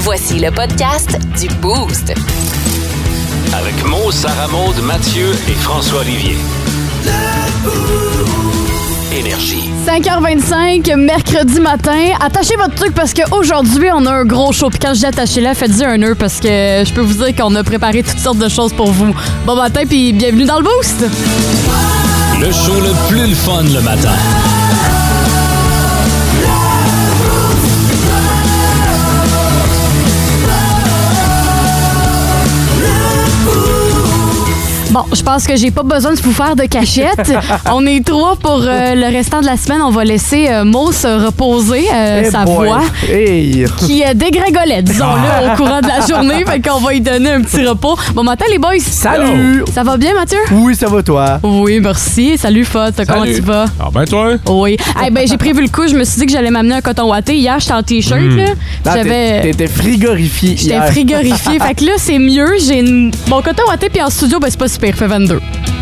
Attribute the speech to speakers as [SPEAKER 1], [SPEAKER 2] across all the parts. [SPEAKER 1] Voici le podcast du Boost.
[SPEAKER 2] Avec Mo, Sarah Maud, Mathieu et François Olivier. Énergie.
[SPEAKER 3] 5h25, mercredi matin. Attachez votre truc parce qu'aujourd'hui, on a un gros show. Puis quand je dis attaché là, faites-y un nœud parce que je peux vous dire qu'on a préparé toutes sortes de choses pour vous. Bon matin, puis bienvenue dans le Boost!
[SPEAKER 2] Le show le plus le fun le matin.
[SPEAKER 3] Bon, je pense que j'ai pas besoin de vous faire de cachette. on est trois pour euh, le restant de la semaine. On va laisser euh, Mo se reposer, euh,
[SPEAKER 4] Eh
[SPEAKER 3] sa
[SPEAKER 4] boy. Ah.
[SPEAKER 3] voix.
[SPEAKER 4] Hey.
[SPEAKER 3] Qui euh, dégringolait, disons-le, au courant de la journée. Fait qu'on va lui donner un petit repos. Bon matin, les boys.
[SPEAKER 4] Salut.
[SPEAKER 3] Ça va bien, Mathieu?
[SPEAKER 4] Oui, ça va toi?
[SPEAKER 3] Oui, merci. Salut, Fod. Comment
[SPEAKER 5] Salut.
[SPEAKER 3] tu vas?
[SPEAKER 5] Ah ben toi?
[SPEAKER 3] Oui. Eh ben, j'ai prévu le coup. Je me suis dit que j'allais m'amener un coton watté. Hier, j'étais en T-shirt, là.
[SPEAKER 4] Hmm. Non, t'es-
[SPEAKER 3] J'avais...
[SPEAKER 4] T'étais frigorifié
[SPEAKER 3] J'étais
[SPEAKER 4] hier.
[SPEAKER 3] frigorifiée. fait que là, c'est mieux. J'ai une- mon coton watté, puis en studio, ben, c'est pas super. Fait 22.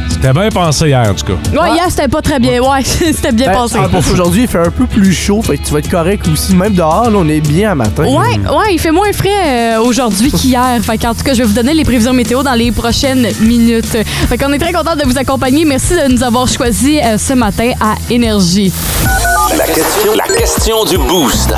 [SPEAKER 5] C'était bien pensé hier, en tout cas.
[SPEAKER 3] Ouais, hier, c'était pas très bien. Ouais, c'était bien
[SPEAKER 4] Ben,
[SPEAKER 3] passé.
[SPEAKER 4] en plus, aujourd'hui, il fait un peu plus chaud, fait que tu vas être correct aussi. Même dehors, là, on est bien à matin.
[SPEAKER 3] Ouais, ouais, il fait moins frais euh, aujourd'hui qu'hier. Fait qu'en tout cas, je vais vous donner les prévisions météo dans les prochaines minutes. Fait qu'on est très content de vous accompagner. Merci de nous avoir choisis euh, ce matin à Énergie.
[SPEAKER 2] La question, la question du boost.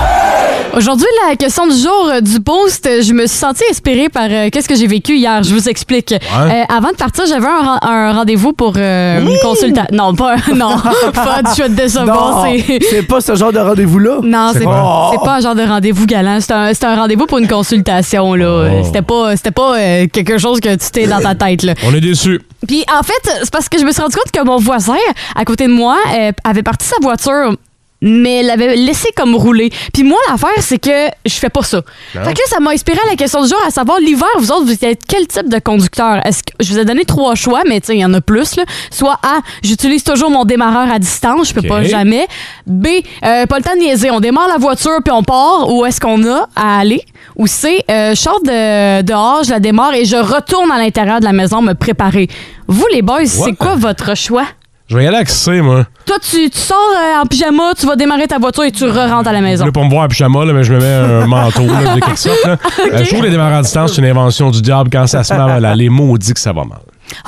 [SPEAKER 3] Aujourd'hui, la question du jour euh, du post, je me suis sentie inspirée par euh, qu'est-ce que j'ai vécu hier. Je vous explique. Euh, avant de partir, j'avais un, ren- un rendez-vous pour euh, une consultation. Non, pas non, pas je vais te
[SPEAKER 4] Non,
[SPEAKER 3] décevoir. c'est-
[SPEAKER 4] c'est pas ce genre de rendez-vous-là.
[SPEAKER 3] Non, c'est
[SPEAKER 5] C'est
[SPEAKER 3] pas,
[SPEAKER 4] quoi?
[SPEAKER 3] c'est pas un genre de rendez-vous galant. C'est un, c'est un rendez-vous pour une consultation. là.
[SPEAKER 4] Oh.
[SPEAKER 3] Euh, C'était pas, c'était pas euh, quelque chose que tu t'es dans ta tête. Là.
[SPEAKER 5] On est déçus.
[SPEAKER 3] Puis en fait, c'est parce que je me suis rendu compte que mon voisin, à côté de moi, euh, avait parti sa voiture mais l'avait laissé comme rouler. Puis moi, l'affaire, c'est que je fais pas ça. Fait que là, ça m'a inspiré à la question du jour, à savoir l'hiver, vous autres, vous êtes quel type de conducteur? Est-ce que je vous ai donné trois choix, mais tu sais, il y en a plus, là. Soit A, j'utilise toujours mon démarreur à distance, je peux
[SPEAKER 5] Ok.
[SPEAKER 3] pas jamais. B, euh, pas le temps de niaiser, on démarre la voiture puis on part, où est-ce qu'on a à aller? Ou C, euh, je sors de, dehors, je la démarre et je retourne à l'intérieur de la maison me préparer. Vous, les boys, c'est quoi votre choix?
[SPEAKER 5] Je vais y aller avec C, moi.
[SPEAKER 3] Toi, tu, tu sors euh, en pyjama, tu vas démarrer ta voiture et tu re-rentres à la maison.
[SPEAKER 5] Là, pour me voir en pyjama, là, mais je me mets un manteau là, de quelque sorte. là. Euh, je trouve les démarrages à distance, c'est une invention du diable. Quand ça se met à aller, maudit que ça va mal.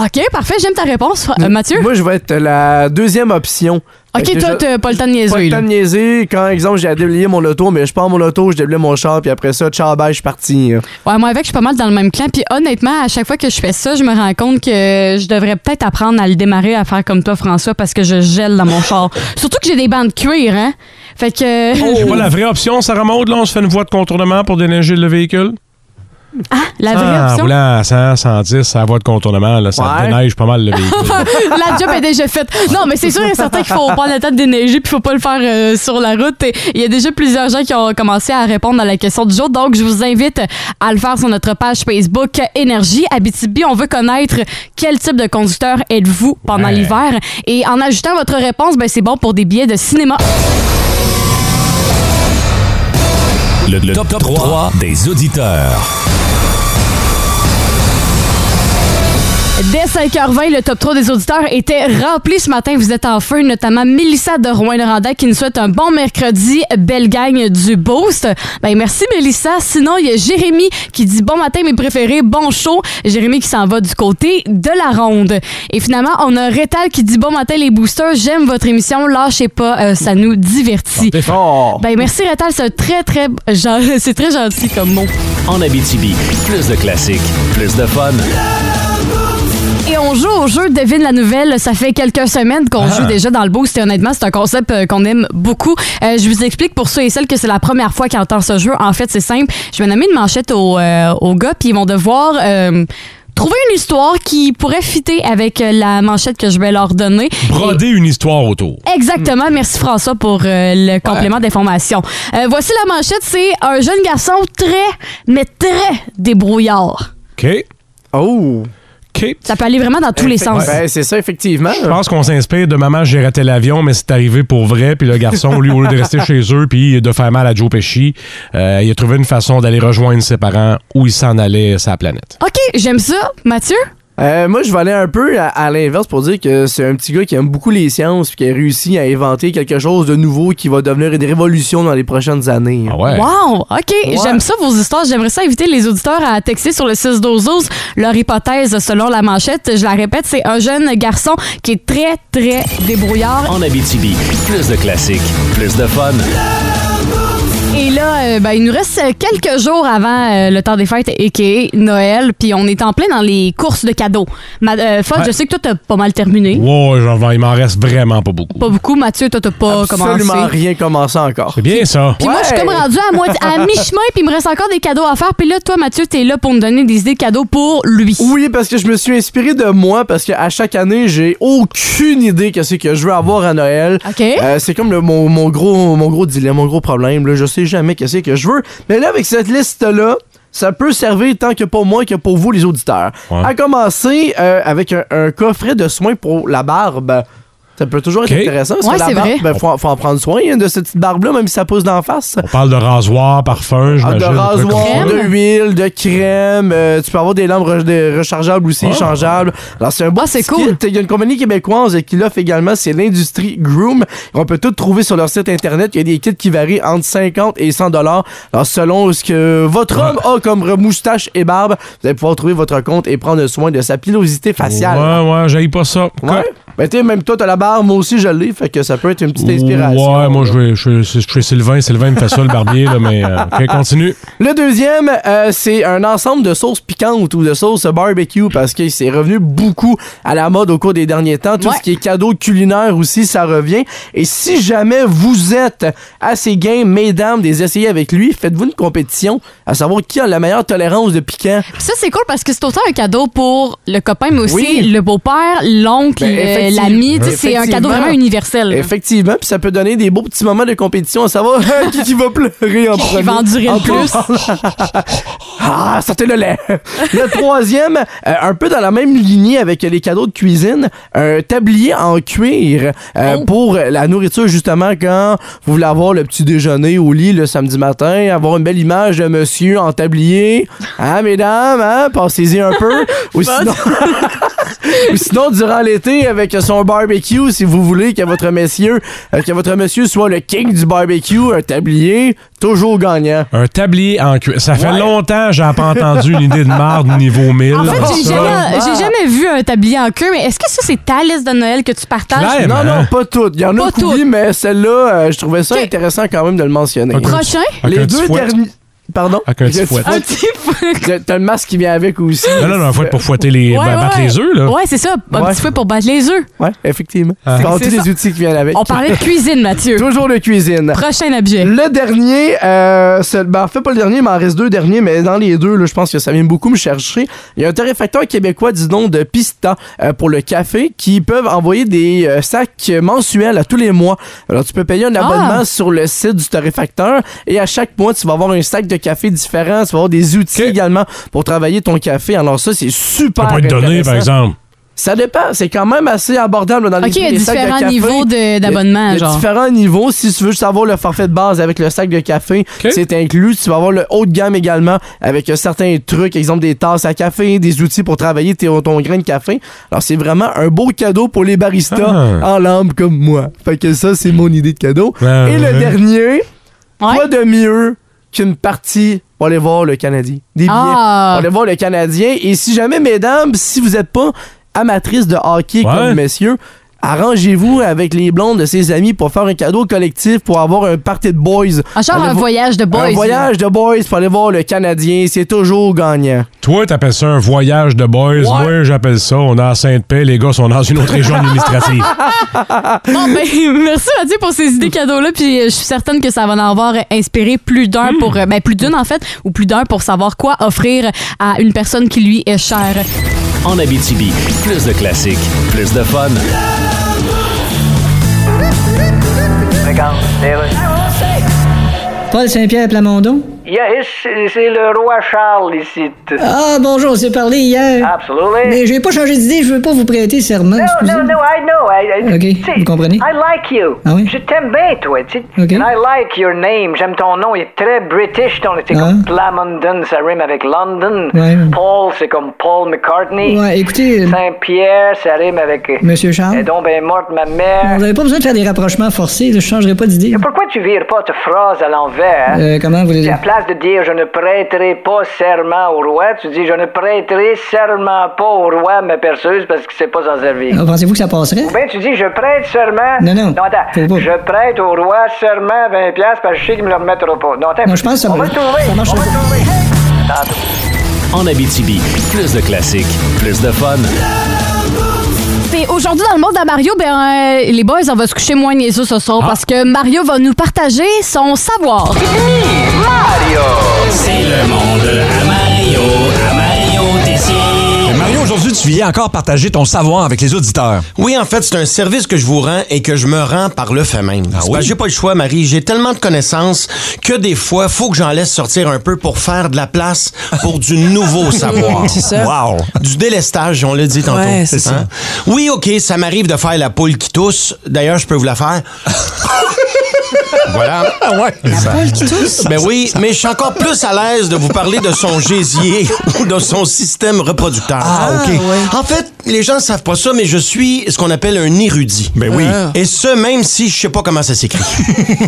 [SPEAKER 3] OK, parfait, j'aime ta réponse, euh, Mathieu.
[SPEAKER 4] Moi, je vais être la deuxième option. Fait
[SPEAKER 3] OK,
[SPEAKER 4] que
[SPEAKER 3] toi,
[SPEAKER 4] je-
[SPEAKER 3] t'as pas le temps de niaiser.
[SPEAKER 4] Pas le
[SPEAKER 3] là.
[SPEAKER 4] temps de niaiser. Quand, exemple, j'ai à déblayer mon auto, mais je pars mon auto, je déblaye mon char, puis après ça, tchao, bye, je suis parti. hein.
[SPEAKER 3] Ouais, moi avec, je suis pas mal dans le même clan. Puis honnêtement, à chaque fois que je fais ça, je me rends compte que je devrais peut-être apprendre à le démarrer, à faire comme toi, François, parce que je gèle dans mon char. Surtout que j'ai des bancs de cuir, hein. Fait que
[SPEAKER 5] C'est pas la vraie option, Sarah Maud, là, on se fait une voie de contournement pour déneiger le véhicule.
[SPEAKER 3] la vraie
[SPEAKER 5] Ah,
[SPEAKER 3] option.
[SPEAKER 5] roulant à 100, 110, c'est la voie de contournement, là, ça
[SPEAKER 4] Ouais.
[SPEAKER 5] déneige pas mal le véhicule.
[SPEAKER 3] la job est déjà faite. Non, mais c'est sûr et certain qu'il faut prendre le temps de déneiger puis faut pas le faire euh, sur la route. Et Il y a déjà plusieurs gens qui ont commencé à répondre à la question du jour. Donc, je vous invite à le faire sur notre page Facebook Énergie Abitibi. On veut connaître quel type de conducteur êtes-vous pendant
[SPEAKER 5] Ouais.
[SPEAKER 3] l'hiver. Et en ajoutant votre réponse, ben, c'est bon pour des billets de cinéma.
[SPEAKER 2] Le, le top, 3, des auditeurs.
[SPEAKER 3] Dès 5h20, le top 3 des auditeurs était rempli ce matin. Vous êtes en feu, notamment Mélissa de Rouen-Noranda qui nous souhaite un bon mercredi. Belle gagne du Boost. Ben, merci Mélissa. Sinon, il y a Jérémy qui dit bon matin, mes préférés, bon show. Jérémy qui s'en va du côté de la ronde. Et finalement, on a Rétal qui dit bon matin, les boosters. J'aime votre émission. Lâchez pas, euh, ça nous divertit.
[SPEAKER 5] T'es fort.
[SPEAKER 4] Oh!
[SPEAKER 3] Ben, merci Rétal. C'est un très, très, gen- c'est très gentil comme mot.
[SPEAKER 2] En Abitibi, plus de classiques, plus de fun.
[SPEAKER 3] Et on joue au jeu Devine la nouvelle. Ça fait quelques semaines qu'on joue déjà dans le boost et honnêtement, c'est un concept euh, qu'on aime beaucoup. Euh, je vous explique pour ceux et celles que c'est la première fois qu'ils entendent ce jeu. En fait, c'est simple. Je vais nommer une manchette aux au gars puis ils vont devoir... euh, Trouver une histoire qui pourrait fitter avec euh, la manchette que je vais leur donner. Et-
[SPEAKER 5] Broder une histoire autour.
[SPEAKER 3] Exactement. Merci François pour euh, le complément d'information. Euh, voici la manchette. C'est un jeune garçon très, mais très débrouillard.
[SPEAKER 5] OK.
[SPEAKER 4] Oh!
[SPEAKER 5] OK.
[SPEAKER 3] Ça peut aller vraiment dans tous les sens.
[SPEAKER 4] Ben, c'est ça, effectivement.
[SPEAKER 5] Je pense qu'on s'inspire de Maman, j'ai raté l'avion, mais c'est arrivé pour vrai. Puis le garçon, lui, au lieu de rester chez eux puis de faire mal à Joe Pesci, euh, il a trouvé une façon d'aller rejoindre ses parents où il s'en allait sa planète.
[SPEAKER 3] OK, j'aime ça. Mathieu?
[SPEAKER 4] Euh, moi, je vais aller un peu à, à l'inverse pour dire que c'est un petit gars qui aime beaucoup les sciences puis qui a réussi à inventer quelque chose de nouveau qui va devenir une révolution dans les prochaines années.
[SPEAKER 5] Ah ouais.
[SPEAKER 3] Wow! OK, j'aime ça vos histoires. J'aimerais ça inviter les auditeurs à texter sur le 6 12 leur hypothèse selon la manchette. Je la répète, c'est un jeune garçon qui est très, très débrouillard.
[SPEAKER 2] En Abitibi, plus de classiques, plus de fun.
[SPEAKER 3] Et là, euh, ben, il nous reste quelques jours avant euh, le temps des fêtes, a.k.a. Noël, puis on est en plein dans les courses de cadeaux. Ma, euh, Fudge,
[SPEAKER 5] Ouais.
[SPEAKER 3] je sais que toi, t'as pas mal terminé.
[SPEAKER 5] Wow, j'en vais- il m'en reste vraiment pas beaucoup.
[SPEAKER 3] Pas beaucoup. Mathieu, toi, t'as pas
[SPEAKER 4] Absolument
[SPEAKER 3] commencé.
[SPEAKER 4] rien commencé encore.
[SPEAKER 5] C'est bien ça.
[SPEAKER 3] Puis moi, je suis
[SPEAKER 4] Ouais.
[SPEAKER 3] comme rendue à, moitié- à mi-chemin, puis il me reste encore des cadeaux à faire. Puis là, toi, Mathieu, t'es là pour me donner des idées de cadeaux pour lui.
[SPEAKER 4] Oui, parce que je me suis inspiré de moi, parce qu'à chaque année, j'ai aucune idée qu'est-ce que je veux avoir à Noël.
[SPEAKER 3] OK.
[SPEAKER 4] Euh, c'est comme le, mon, mon gros, mon gros dilemme, mon gros problème. Là. Je sais jamais qu'est-ce que je veux. Mais là, avec cette liste-là, ça peut servir tant que pour moi que pour vous, les auditeurs.
[SPEAKER 5] Ouais.
[SPEAKER 4] À commencer euh, avec un, un coffret de soins pour la barbe. Ça peut toujours
[SPEAKER 5] Ok.
[SPEAKER 4] être intéressant. parce
[SPEAKER 3] Ouais,
[SPEAKER 4] que la
[SPEAKER 3] c'est
[SPEAKER 4] barbe,
[SPEAKER 3] vrai.
[SPEAKER 4] ben, faut, en- faut en prendre soin hein, de cette petite barbe-là, même si ça pousse d'en face.
[SPEAKER 5] On parle de rasoir, parfum,
[SPEAKER 4] Ah,
[SPEAKER 5] j'imagine.
[SPEAKER 4] de
[SPEAKER 5] un truc
[SPEAKER 4] rasoir,
[SPEAKER 5] comme ça.
[SPEAKER 4] de
[SPEAKER 3] Crème.
[SPEAKER 4] huile, de crème. euh, tu peux avoir des lampes re- de- rechargeables aussi,
[SPEAKER 5] Ah.
[SPEAKER 4] changeables. Alors, c'est un beau
[SPEAKER 3] Ah, c'est
[SPEAKER 4] petit
[SPEAKER 3] cool.
[SPEAKER 4] kit. Il y a une compagnie québécoise qui l'offre également. C'est l'industrie Groom. On peut tout trouver sur leur site Internet. Il y a des kits qui varient entre 50 et 100 dollars. Alors, selon ce que votre homme a comme moustache et barbe, vous allez pouvoir trouver votre compte et prendre soin de sa pilosité faciale.
[SPEAKER 5] Ouais, ouais, j'aille pas ça.
[SPEAKER 4] Ouais. Ben, tu sais, même toi, t'as la barbe. Moi aussi, je l'ai. Fait que ça peut être une petite inspiration.
[SPEAKER 5] Ouais, moi, je vais je suis chez Sylvain. Sylvain me fait ça, le barbier, là, mais euh, OK, continue.
[SPEAKER 4] Le deuxième, euh, c'est un ensemble de sauces piquantes ou de sauces barbecue parce que c'est revenu beaucoup à la mode au cours des derniers temps. Tout
[SPEAKER 3] Ouais.
[SPEAKER 4] ce qui est cadeau culinaire aussi, ça revient. Et si jamais vous êtes à ces gains, mesdames, des essayés avec lui, faites-vous une compétition à savoir qui a la meilleure tolérance de piquant.
[SPEAKER 3] Puis ça, c'est cool parce que c'est autant un cadeau pour le copain, mais aussi
[SPEAKER 4] Oui.
[SPEAKER 3] le beau-père, l'oncle,
[SPEAKER 4] Ben,
[SPEAKER 3] euh,
[SPEAKER 4] effectivement.
[SPEAKER 3] l'ami. Tu sais, C'est un
[SPEAKER 4] Effectivement.
[SPEAKER 3] cadeau vraiment universel. là.
[SPEAKER 4] Effectivement, puis ça peut donner des beaux petits moments de compétition à savoir qui, qui va pleurer en
[SPEAKER 3] Qui
[SPEAKER 4] premier.
[SPEAKER 3] va endurer le
[SPEAKER 4] En
[SPEAKER 3] plus.
[SPEAKER 4] ah, sortez le lait. Le troisième, euh, un peu dans la même lignée avec les cadeaux de cuisine, un tablier en cuir euh,
[SPEAKER 3] Oh.
[SPEAKER 4] pour la nourriture justement quand vous voulez avoir le petit déjeuner au lit le samedi matin, avoir une belle image de monsieur en tablier. Hein, mesdames, hein, passez-y un peu. Ou sinon, ou sinon, durant l'été, avec son barbecue, si vous voulez que votre monsieur, euh, que votre monsieur soit le king du barbecue, un tablier, toujours gagnant.
[SPEAKER 5] Un tablier en cuir. Ça fait
[SPEAKER 4] Ouais.
[SPEAKER 5] longtemps que j'ai pas entendu une idée de marde niveau 1000.
[SPEAKER 3] En
[SPEAKER 5] Ah,
[SPEAKER 3] fait, j'ai
[SPEAKER 5] ça.
[SPEAKER 3] jamais, j'ai jamais vu un tablier en queue, mais est-ce que ça, c'est ta liste de Noël que tu partages?
[SPEAKER 5] Claire.
[SPEAKER 4] Ah Non,
[SPEAKER 5] Vraiment.
[SPEAKER 4] non, pas toutes. Il y en
[SPEAKER 3] Hein? Pas
[SPEAKER 4] a que oui,
[SPEAKER 3] toutes.
[SPEAKER 4] mais celle-là, euh, je trouvais ça
[SPEAKER 3] Ok.
[SPEAKER 4] intéressant quand même de le mentionner.
[SPEAKER 5] Ok.
[SPEAKER 3] Prochain?
[SPEAKER 5] Avec un
[SPEAKER 4] Les
[SPEAKER 5] petit
[SPEAKER 4] deux
[SPEAKER 5] fouet.
[SPEAKER 4] derniers. Pardon?
[SPEAKER 5] Avec un petit
[SPEAKER 4] Je-
[SPEAKER 5] fouet.
[SPEAKER 3] Un petit fouet.
[SPEAKER 4] T'as- T'as le masque qui vient avec aussi.
[SPEAKER 5] Non, non, non, faut être pour fouetter les.
[SPEAKER 3] Ouais,
[SPEAKER 5] ba- ben, battre
[SPEAKER 3] ouais.
[SPEAKER 5] les œufs, là.
[SPEAKER 3] Ouais, c'est ça. Un
[SPEAKER 4] Ouais.
[SPEAKER 3] petit fouet pour battre les œufs.
[SPEAKER 4] Ouais, effectivement.
[SPEAKER 5] Ah.
[SPEAKER 4] C'est pas
[SPEAKER 3] C'est
[SPEAKER 4] tous
[SPEAKER 3] ça.
[SPEAKER 4] les outils qui viennent avec.
[SPEAKER 3] On parlait de cuisine, Mathieu.
[SPEAKER 4] Toujours de cuisine.
[SPEAKER 3] Prochain objet.
[SPEAKER 4] Le dernier, euh, c'est- ben, en fait pas le dernier, il m'en reste deux derniers, mais dans les deux, là, je pense que ça vient beaucoup me chercher. Il y a un torréfacteur québécois, dis donc, de Pista euh, pour le café qui peuvent envoyer des euh, sacs mensuels à tous les mois. Alors tu peux payer un
[SPEAKER 3] Ah.
[SPEAKER 4] abonnement sur le site du torréfacteur et à chaque mois, tu vas avoir un sac de café différent, tu vas avoir des outils
[SPEAKER 5] Ok.
[SPEAKER 4] également pour travailler ton café. Alors ça, c'est
[SPEAKER 5] Ça
[SPEAKER 4] super.
[SPEAKER 5] peut être donné,
[SPEAKER 4] intéressant.
[SPEAKER 5] par exemple.
[SPEAKER 4] Ça dépend, c'est quand même assez abordable dans les
[SPEAKER 3] OK, il y a
[SPEAKER 4] les sacs de
[SPEAKER 3] différents
[SPEAKER 4] café.
[SPEAKER 3] niveaux de-
[SPEAKER 4] Il y
[SPEAKER 3] d'abonnement,
[SPEAKER 4] a
[SPEAKER 3] genre.
[SPEAKER 4] différents niveaux. Si tu veux juste avoir le forfait de base avec le sac de café,
[SPEAKER 5] Ok.
[SPEAKER 4] c'est inclus. Tu vas avoir le haut de gamme également avec euh, certains trucs, exemple des tasses à café, des outils pour travailler ton, ton grain de café. Alors, c'est vraiment un beau cadeau pour les baristas
[SPEAKER 5] Ah.
[SPEAKER 4] en lampe comme moi. Fait que ça, c'est mon idée de cadeau.
[SPEAKER 5] Ah,
[SPEAKER 4] Et le
[SPEAKER 5] ouais.
[SPEAKER 4] dernier,
[SPEAKER 3] Ouais.
[SPEAKER 4] quoi de mieux qu'une partie pour aller voir le Canadien? Des billets
[SPEAKER 3] Ah.
[SPEAKER 4] pour aller voir le Canadien. Et si jamais, mesdames, si vous n'êtes pas amatrice de hockey
[SPEAKER 5] Ouais.
[SPEAKER 4] comme messieurs, arrangez-vous avec les blondes de ses amis pour faire un cadeau collectif pour avoir un party de boys.
[SPEAKER 3] Ah, genre
[SPEAKER 4] Allez
[SPEAKER 3] un
[SPEAKER 4] vo-
[SPEAKER 3] voyage de boys.
[SPEAKER 4] Un
[SPEAKER 3] là.
[SPEAKER 4] voyage de boys pour aller voir le Canadien, c'est toujours gagnant.
[SPEAKER 5] Toi, t'appelles ça un voyage de boys. Moi, j'appelle ça. On est à Sainte-Paix. Les gars sont dans une autre région administrative.
[SPEAKER 3] Bon, ben, merci Mathieu pour ces idées cadeaux-là. Puis euh, je suis certaine que ça va en avoir euh, inspiré plus d'un pour. euh, Ben, plus d'une en fait, ou plus d'un pour savoir quoi offrir à une personne qui lui est chère.
[SPEAKER 2] En Abitibi, plus de classiques, plus de fun.
[SPEAKER 6] Paul Saint-Pierre Plamondon,
[SPEAKER 7] Yes, c'est c'est le uh, roi Charles ici.
[SPEAKER 8] Ah, bonjour, on s'est parlé hier.
[SPEAKER 6] Ah, ben.
[SPEAKER 7] Absolutely.
[SPEAKER 8] Mais j'ai pas changé d'idée, je veux pas vous prêter serment.
[SPEAKER 7] No,
[SPEAKER 8] excusez.
[SPEAKER 7] no, no, I know. I, I,
[SPEAKER 8] Ok,
[SPEAKER 7] tu sais,
[SPEAKER 8] vous comprenez?
[SPEAKER 7] I like you.
[SPEAKER 8] Ah oui?
[SPEAKER 7] Je t'aime bien, toi. tu sais.
[SPEAKER 8] Ok.
[SPEAKER 7] And I like your name. J'aime ton nom. Il est très british. Ton, c'est
[SPEAKER 8] Ah.
[SPEAKER 7] comme Plamondon, ça rime avec London.
[SPEAKER 8] Ouais.
[SPEAKER 7] Paul, c'est comme Paul McCartney.
[SPEAKER 8] Ouais, écoutez, euh,
[SPEAKER 7] Saint-Pierre, ça rime avec... euh,
[SPEAKER 8] Monsieur Charles,
[SPEAKER 7] Et donc, ben, morte ma
[SPEAKER 8] vous
[SPEAKER 7] mère.
[SPEAKER 8] n'avez pas besoin de faire des rapprochements forcés, là, je changerai pas d'idée.
[SPEAKER 7] Pourquoi tu vires pas ta phrase à l'envers? hein?
[SPEAKER 8] Euh, comment vous voulez
[SPEAKER 7] À
[SPEAKER 8] dire?
[SPEAKER 7] place de dire je ne prêterai pas serment au roi, tu dis je ne prêterai serment pas au roi ma perceuse parce qu'il sait pas s'en servir.
[SPEAKER 8] Ah, Pensez-vous que ça passerait?
[SPEAKER 7] Ou bien tu dis je prête serment.
[SPEAKER 8] Non, non.
[SPEAKER 7] attends.
[SPEAKER 8] Faut pas.
[SPEAKER 7] Je prête au roi serment 20$ piastres parce que je sais qu'il me le remettra pas. Non, attends.
[SPEAKER 8] Non, je pense que ça
[SPEAKER 7] On va
[SPEAKER 8] marche.
[SPEAKER 7] le trouver.
[SPEAKER 8] Ça marche
[SPEAKER 7] On va
[SPEAKER 8] pas.
[SPEAKER 7] le trouver.
[SPEAKER 9] En Abitibi, plus de classiques, plus de fun.
[SPEAKER 3] Puis aujourd'hui, dans le monde à Mario, ben, euh, les boys, on va se coucher moins niaiseux ce soir parce que Mario va nous partager son savoir.
[SPEAKER 10] C'est le monde à Mario, à Mario Tessier.
[SPEAKER 11] Mario, aujourd'hui, tu viens encore partager ton savoir avec les auditeurs.
[SPEAKER 12] Oui, en fait, c'est un service que je vous rends et que je me rends par le fait même. C'est
[SPEAKER 11] Ah oui?
[SPEAKER 12] parce que J'ai pas le choix, Marie. J'ai tellement de connaissances que des fois, faut que j'en laisse sortir un peu pour faire de la place pour du nouveau savoir.
[SPEAKER 10] C'est ça.
[SPEAKER 11] Wow!
[SPEAKER 12] Du délestage, on l'a dit tantôt.
[SPEAKER 10] Ouais, c'est ça.
[SPEAKER 12] Oui, OK, ça m'arrive de faire la poule qui tousse. D'ailleurs, je peux vous la faire. voilà.
[SPEAKER 10] Paul qui tousse.
[SPEAKER 12] Ben oui, mais je suis encore plus à l'aise de vous parler de son gésier ou de son système reproducteur.
[SPEAKER 11] Ah, OK.
[SPEAKER 12] En fait, les gens savent pas ça, mais je suis ce qu'on appelle un érudit.
[SPEAKER 11] Ben oui.
[SPEAKER 12] Et ce, même si je sais pas comment ça s'écrit.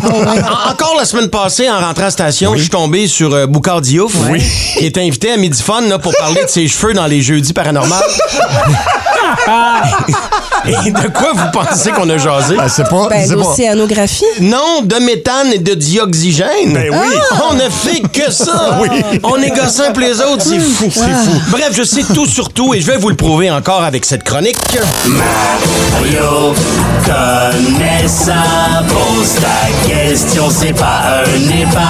[SPEAKER 12] En- Encore la semaine passée, en rentrant à station, je suis tombé sur euh, Boucard Diouf, qui est invité à Midiphone là, pour parler de ses cheveux dans les jeudis paranormaux. Et de quoi vous pensez qu'on a jasé?
[SPEAKER 11] c'est pas.
[SPEAKER 10] Ben,
[SPEAKER 11] c'est pas.
[SPEAKER 10] l'océanographie.
[SPEAKER 12] Non, de méthane et de dioxygène. Ah!
[SPEAKER 11] Ben oui.
[SPEAKER 12] On ne fait que ça. On est gossins pour les autres, c'est fou. C'est
[SPEAKER 10] Ah.
[SPEAKER 12] fou. Bref, je sais tout sur tout et je vais vous le prouver encore avec cette chronique.
[SPEAKER 10] Mario connaît ça. Pose ta question, c'est pas un débat.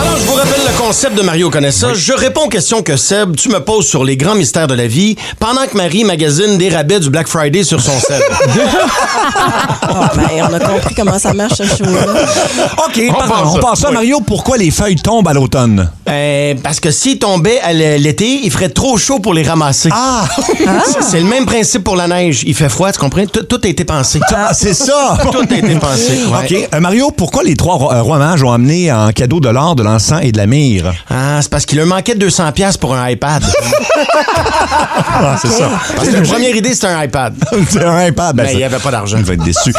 [SPEAKER 12] Alors, je vous rappelle le concept de Mario connaît ça. Je réponds aux questions que Seb, tu me poses sur les grands mystères de la vie pendant que Marie magasine des rabais du Black Friday sur son Seb.
[SPEAKER 10] Ah, ben, on a compris comment ça marche, ce show-là.
[SPEAKER 11] OK,
[SPEAKER 13] On
[SPEAKER 11] pardon,
[SPEAKER 13] passe
[SPEAKER 11] on
[SPEAKER 13] ça.
[SPEAKER 11] passe ça,
[SPEAKER 13] Oui.
[SPEAKER 11] Mario. Pourquoi les feuilles tombent à l'automne?
[SPEAKER 12] Euh, parce que s'il tombait à l- l'été, il ferait trop chaud pour les ramasser.
[SPEAKER 11] Ah!
[SPEAKER 12] C'est le même principe pour la neige. Il fait froid, tu comprends? Tout, tout a été pensé.
[SPEAKER 11] Ah, c'est ça!
[SPEAKER 12] Tout a été pensé. ouais.
[SPEAKER 11] OK. Euh, Mario, pourquoi les trois ro- euh, rois mages ont amené en cadeau de l'or, de l'encens et de la myrrhe?
[SPEAKER 12] Ah, c'est parce qu'il leur manquait 200 pièces pour un iPad.
[SPEAKER 11] Ah, c'est ça. Ah, ben,
[SPEAKER 12] Parce que la première idée, c'était un iPad.
[SPEAKER 11] C'est un iPad.
[SPEAKER 12] Mais il Ben, y avait pas d'argent.
[SPEAKER 11] Je vais être déçu.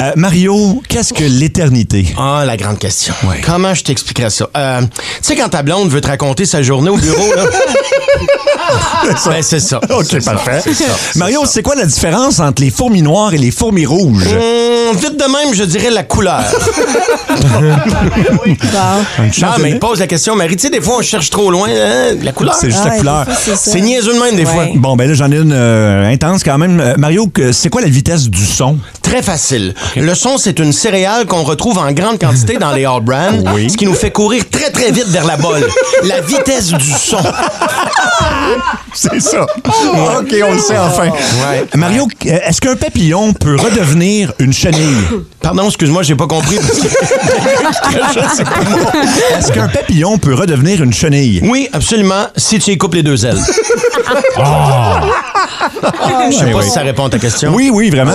[SPEAKER 11] Euh, Mario, qu'est-ce que l'éternité?
[SPEAKER 12] Ah, la grande question.
[SPEAKER 11] Ouais.
[SPEAKER 12] Comment je t'expliquerais ça? Euh, tu sais, quand ta blonde veut te raconter sa journée au bureau, là. ben, c'est ça. C'est
[SPEAKER 11] OK,
[SPEAKER 12] ça.
[SPEAKER 11] parfait.
[SPEAKER 12] C'est ça. C'est
[SPEAKER 11] Mario,
[SPEAKER 12] ça.
[SPEAKER 11] c'est quoi la différence entre les fourmis noires et les fourmis rouges?
[SPEAKER 12] Hum, vite de même, je dirais la couleur.
[SPEAKER 11] Une
[SPEAKER 12] Non,
[SPEAKER 11] chance de-
[SPEAKER 12] mais il pose la question, Marie. Tu sais, des fois, on cherche trop loin. hein, la couleur.
[SPEAKER 11] C'est juste la
[SPEAKER 10] Ouais,
[SPEAKER 11] couleur.
[SPEAKER 10] des fois, c'est ça.
[SPEAKER 12] C'est niaiseux de même, des fois.
[SPEAKER 10] Ouais.
[SPEAKER 11] Bon, ben là, j'en ai une euh, intense quand même. Euh, Mario, que- c'est quoi la vitesse du son?
[SPEAKER 12] Très facile. Le son, c'est une céréale qu'on retrouve en grande quantité dans les all-brands,
[SPEAKER 11] Oui.
[SPEAKER 12] ce qui nous fait courir très, très vite vers la bolle. la vitesse du son.
[SPEAKER 11] C'est ça. OK, on le sait enfin. Mario, euh, est-ce qu'un papillon peut redevenir une chenille?
[SPEAKER 12] Pardon, excuse-moi, j'ai pas compris. parce que-
[SPEAKER 11] Est-ce qu'un papillon peut redevenir une chenille?
[SPEAKER 12] Oui, absolument, si tu y coupes les deux ailes.
[SPEAKER 11] Ah.
[SPEAKER 10] Ah,
[SPEAKER 12] Je sais
[SPEAKER 11] Ben
[SPEAKER 12] pas
[SPEAKER 11] oui.
[SPEAKER 12] si ça répond à ta question.
[SPEAKER 11] Oui, oui, vraiment.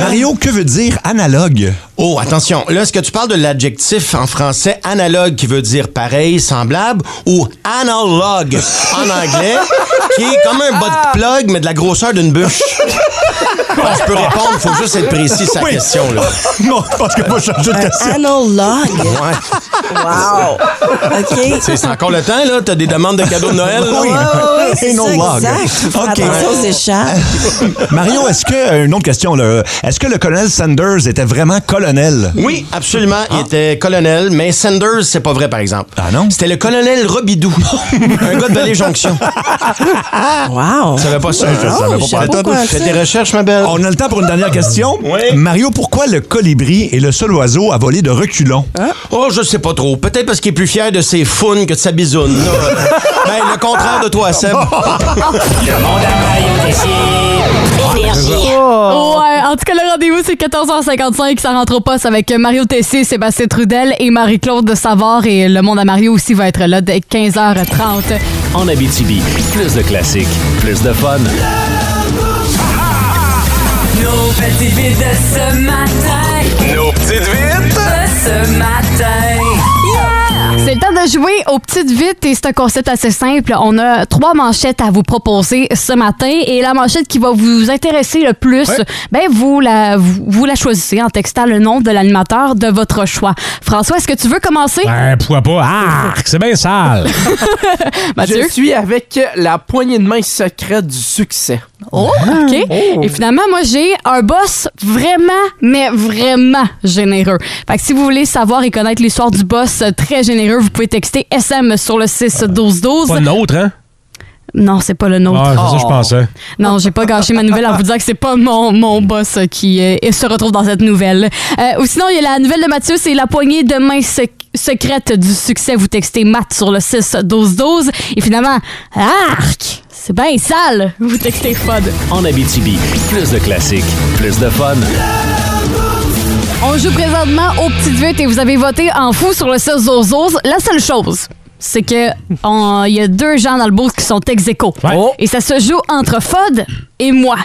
[SPEAKER 11] Mario, que veut dire analogue?
[SPEAKER 12] Oh, attention. Là, est-ce que tu parles de l'adjectif en français analogue qui veut dire pareil, semblable, ou analogue en anglais, qui est comme un bas de plug, mais de la grosseur d'une bûche? Bon, tu peux répondre, faut juste être précis sur la
[SPEAKER 11] Oui.
[SPEAKER 12] question. Là.
[SPEAKER 11] non, je pense que moi, je change de question.
[SPEAKER 10] Analogue.
[SPEAKER 12] Ouais.
[SPEAKER 10] Wow. OK.
[SPEAKER 12] Tu sais, C'est encore le temps, là. T'as des demandes de cadeaux de Noël. là.
[SPEAKER 11] Oui.
[SPEAKER 10] Ouais, ouais, c'est ça,
[SPEAKER 11] Analogue.
[SPEAKER 10] exact. Faut faire
[SPEAKER 11] OK.
[SPEAKER 10] Attention aux écharpes.
[SPEAKER 11] Mario, est-ce que, euh, une autre question, là, est-ce que le colonel Sanders était vraiment colonel? Ah.
[SPEAKER 12] Oui, absolument. Il était colonel, mais Sanders, c'est pas vrai, par exemple.
[SPEAKER 11] Ah non?
[SPEAKER 12] C'était le colonel Robidoux, un gars de Vallée Jonction.
[SPEAKER 14] Wow!
[SPEAKER 12] Tu savais pas ça?
[SPEAKER 11] Je savais pas.
[SPEAKER 14] pas
[SPEAKER 11] Attends,
[SPEAKER 14] quoi
[SPEAKER 12] Fais
[SPEAKER 14] ça.
[SPEAKER 12] des recherches, ma belle.
[SPEAKER 11] On a le temps pour une dernière question.
[SPEAKER 12] Oui.
[SPEAKER 11] Mario, pourquoi le colibri est le seul oiseau à voler de reculons?
[SPEAKER 12] Oh, je sais pas trop. Peut-être parce qu'il est plus fier de ses founes que de sa bisoune. Non. ben, le contraire de toi, Seb.
[SPEAKER 3] Ouais, en tout cas, le rendez-vous, c'est 14h55. Ça rentre au poste avec euh, Mario Tessier, Sébastien Trudel et Marie-Claude Savard. Et euh, le monde à Mario aussi va être là dès 15h30.
[SPEAKER 2] En Abitibi, plus de classiques, plus de fun.
[SPEAKER 10] Nos petites vites de ce matin. Nos petites vites de ce matin.
[SPEAKER 3] C'est le temps de jouer aux petites vites et c'est un concept assez simple. On a trois manchettes à vous proposer ce matin et la manchette qui va vous intéresser le plus, ben vous la vous, vous la choisissez en textant le nom de l'animateur de votre choix. François, est-ce que tu veux commencer
[SPEAKER 5] Ben, pourquoi pas? Ah, c'est bien sale.
[SPEAKER 3] Mathieu?
[SPEAKER 4] Je suis avec la poignée de main secrète du succès.
[SPEAKER 3] Oh, OK. Et finalement, moi, j'ai un boss vraiment, mais vraiment généreux. Fait que si vous voulez savoir et connaître l'histoire du boss euh, très généreux, vous pouvez texter SM sur le 6-12-12.
[SPEAKER 5] Pas le nôtre, hein?
[SPEAKER 3] Non, c'est pas le nôtre.
[SPEAKER 5] Ah, c'est ça que je pensais.
[SPEAKER 3] Non, j'ai pas gâché ma nouvelle en vous disant que c'est pas mon, mon boss euh, qui euh, se retrouve dans cette nouvelle. Euh, ou sinon, il y a la nouvelle de Mathieu, c'est la poignée de main sec- secrète du succès. Vous textez Matt sur le 6-12-12. Et finalement, arc! C'est bien sale! Vous textez FOD.
[SPEAKER 2] En Abitibi, plus de classiques, plus de fun.
[SPEAKER 3] On joue présentement aux petites vites et vous avez voté en fou sur le 6 12 La seule chose, c'est que on- il y a deux gens dans le bourse qui sont ex aequo. Et ça se joue entre FOD et moi.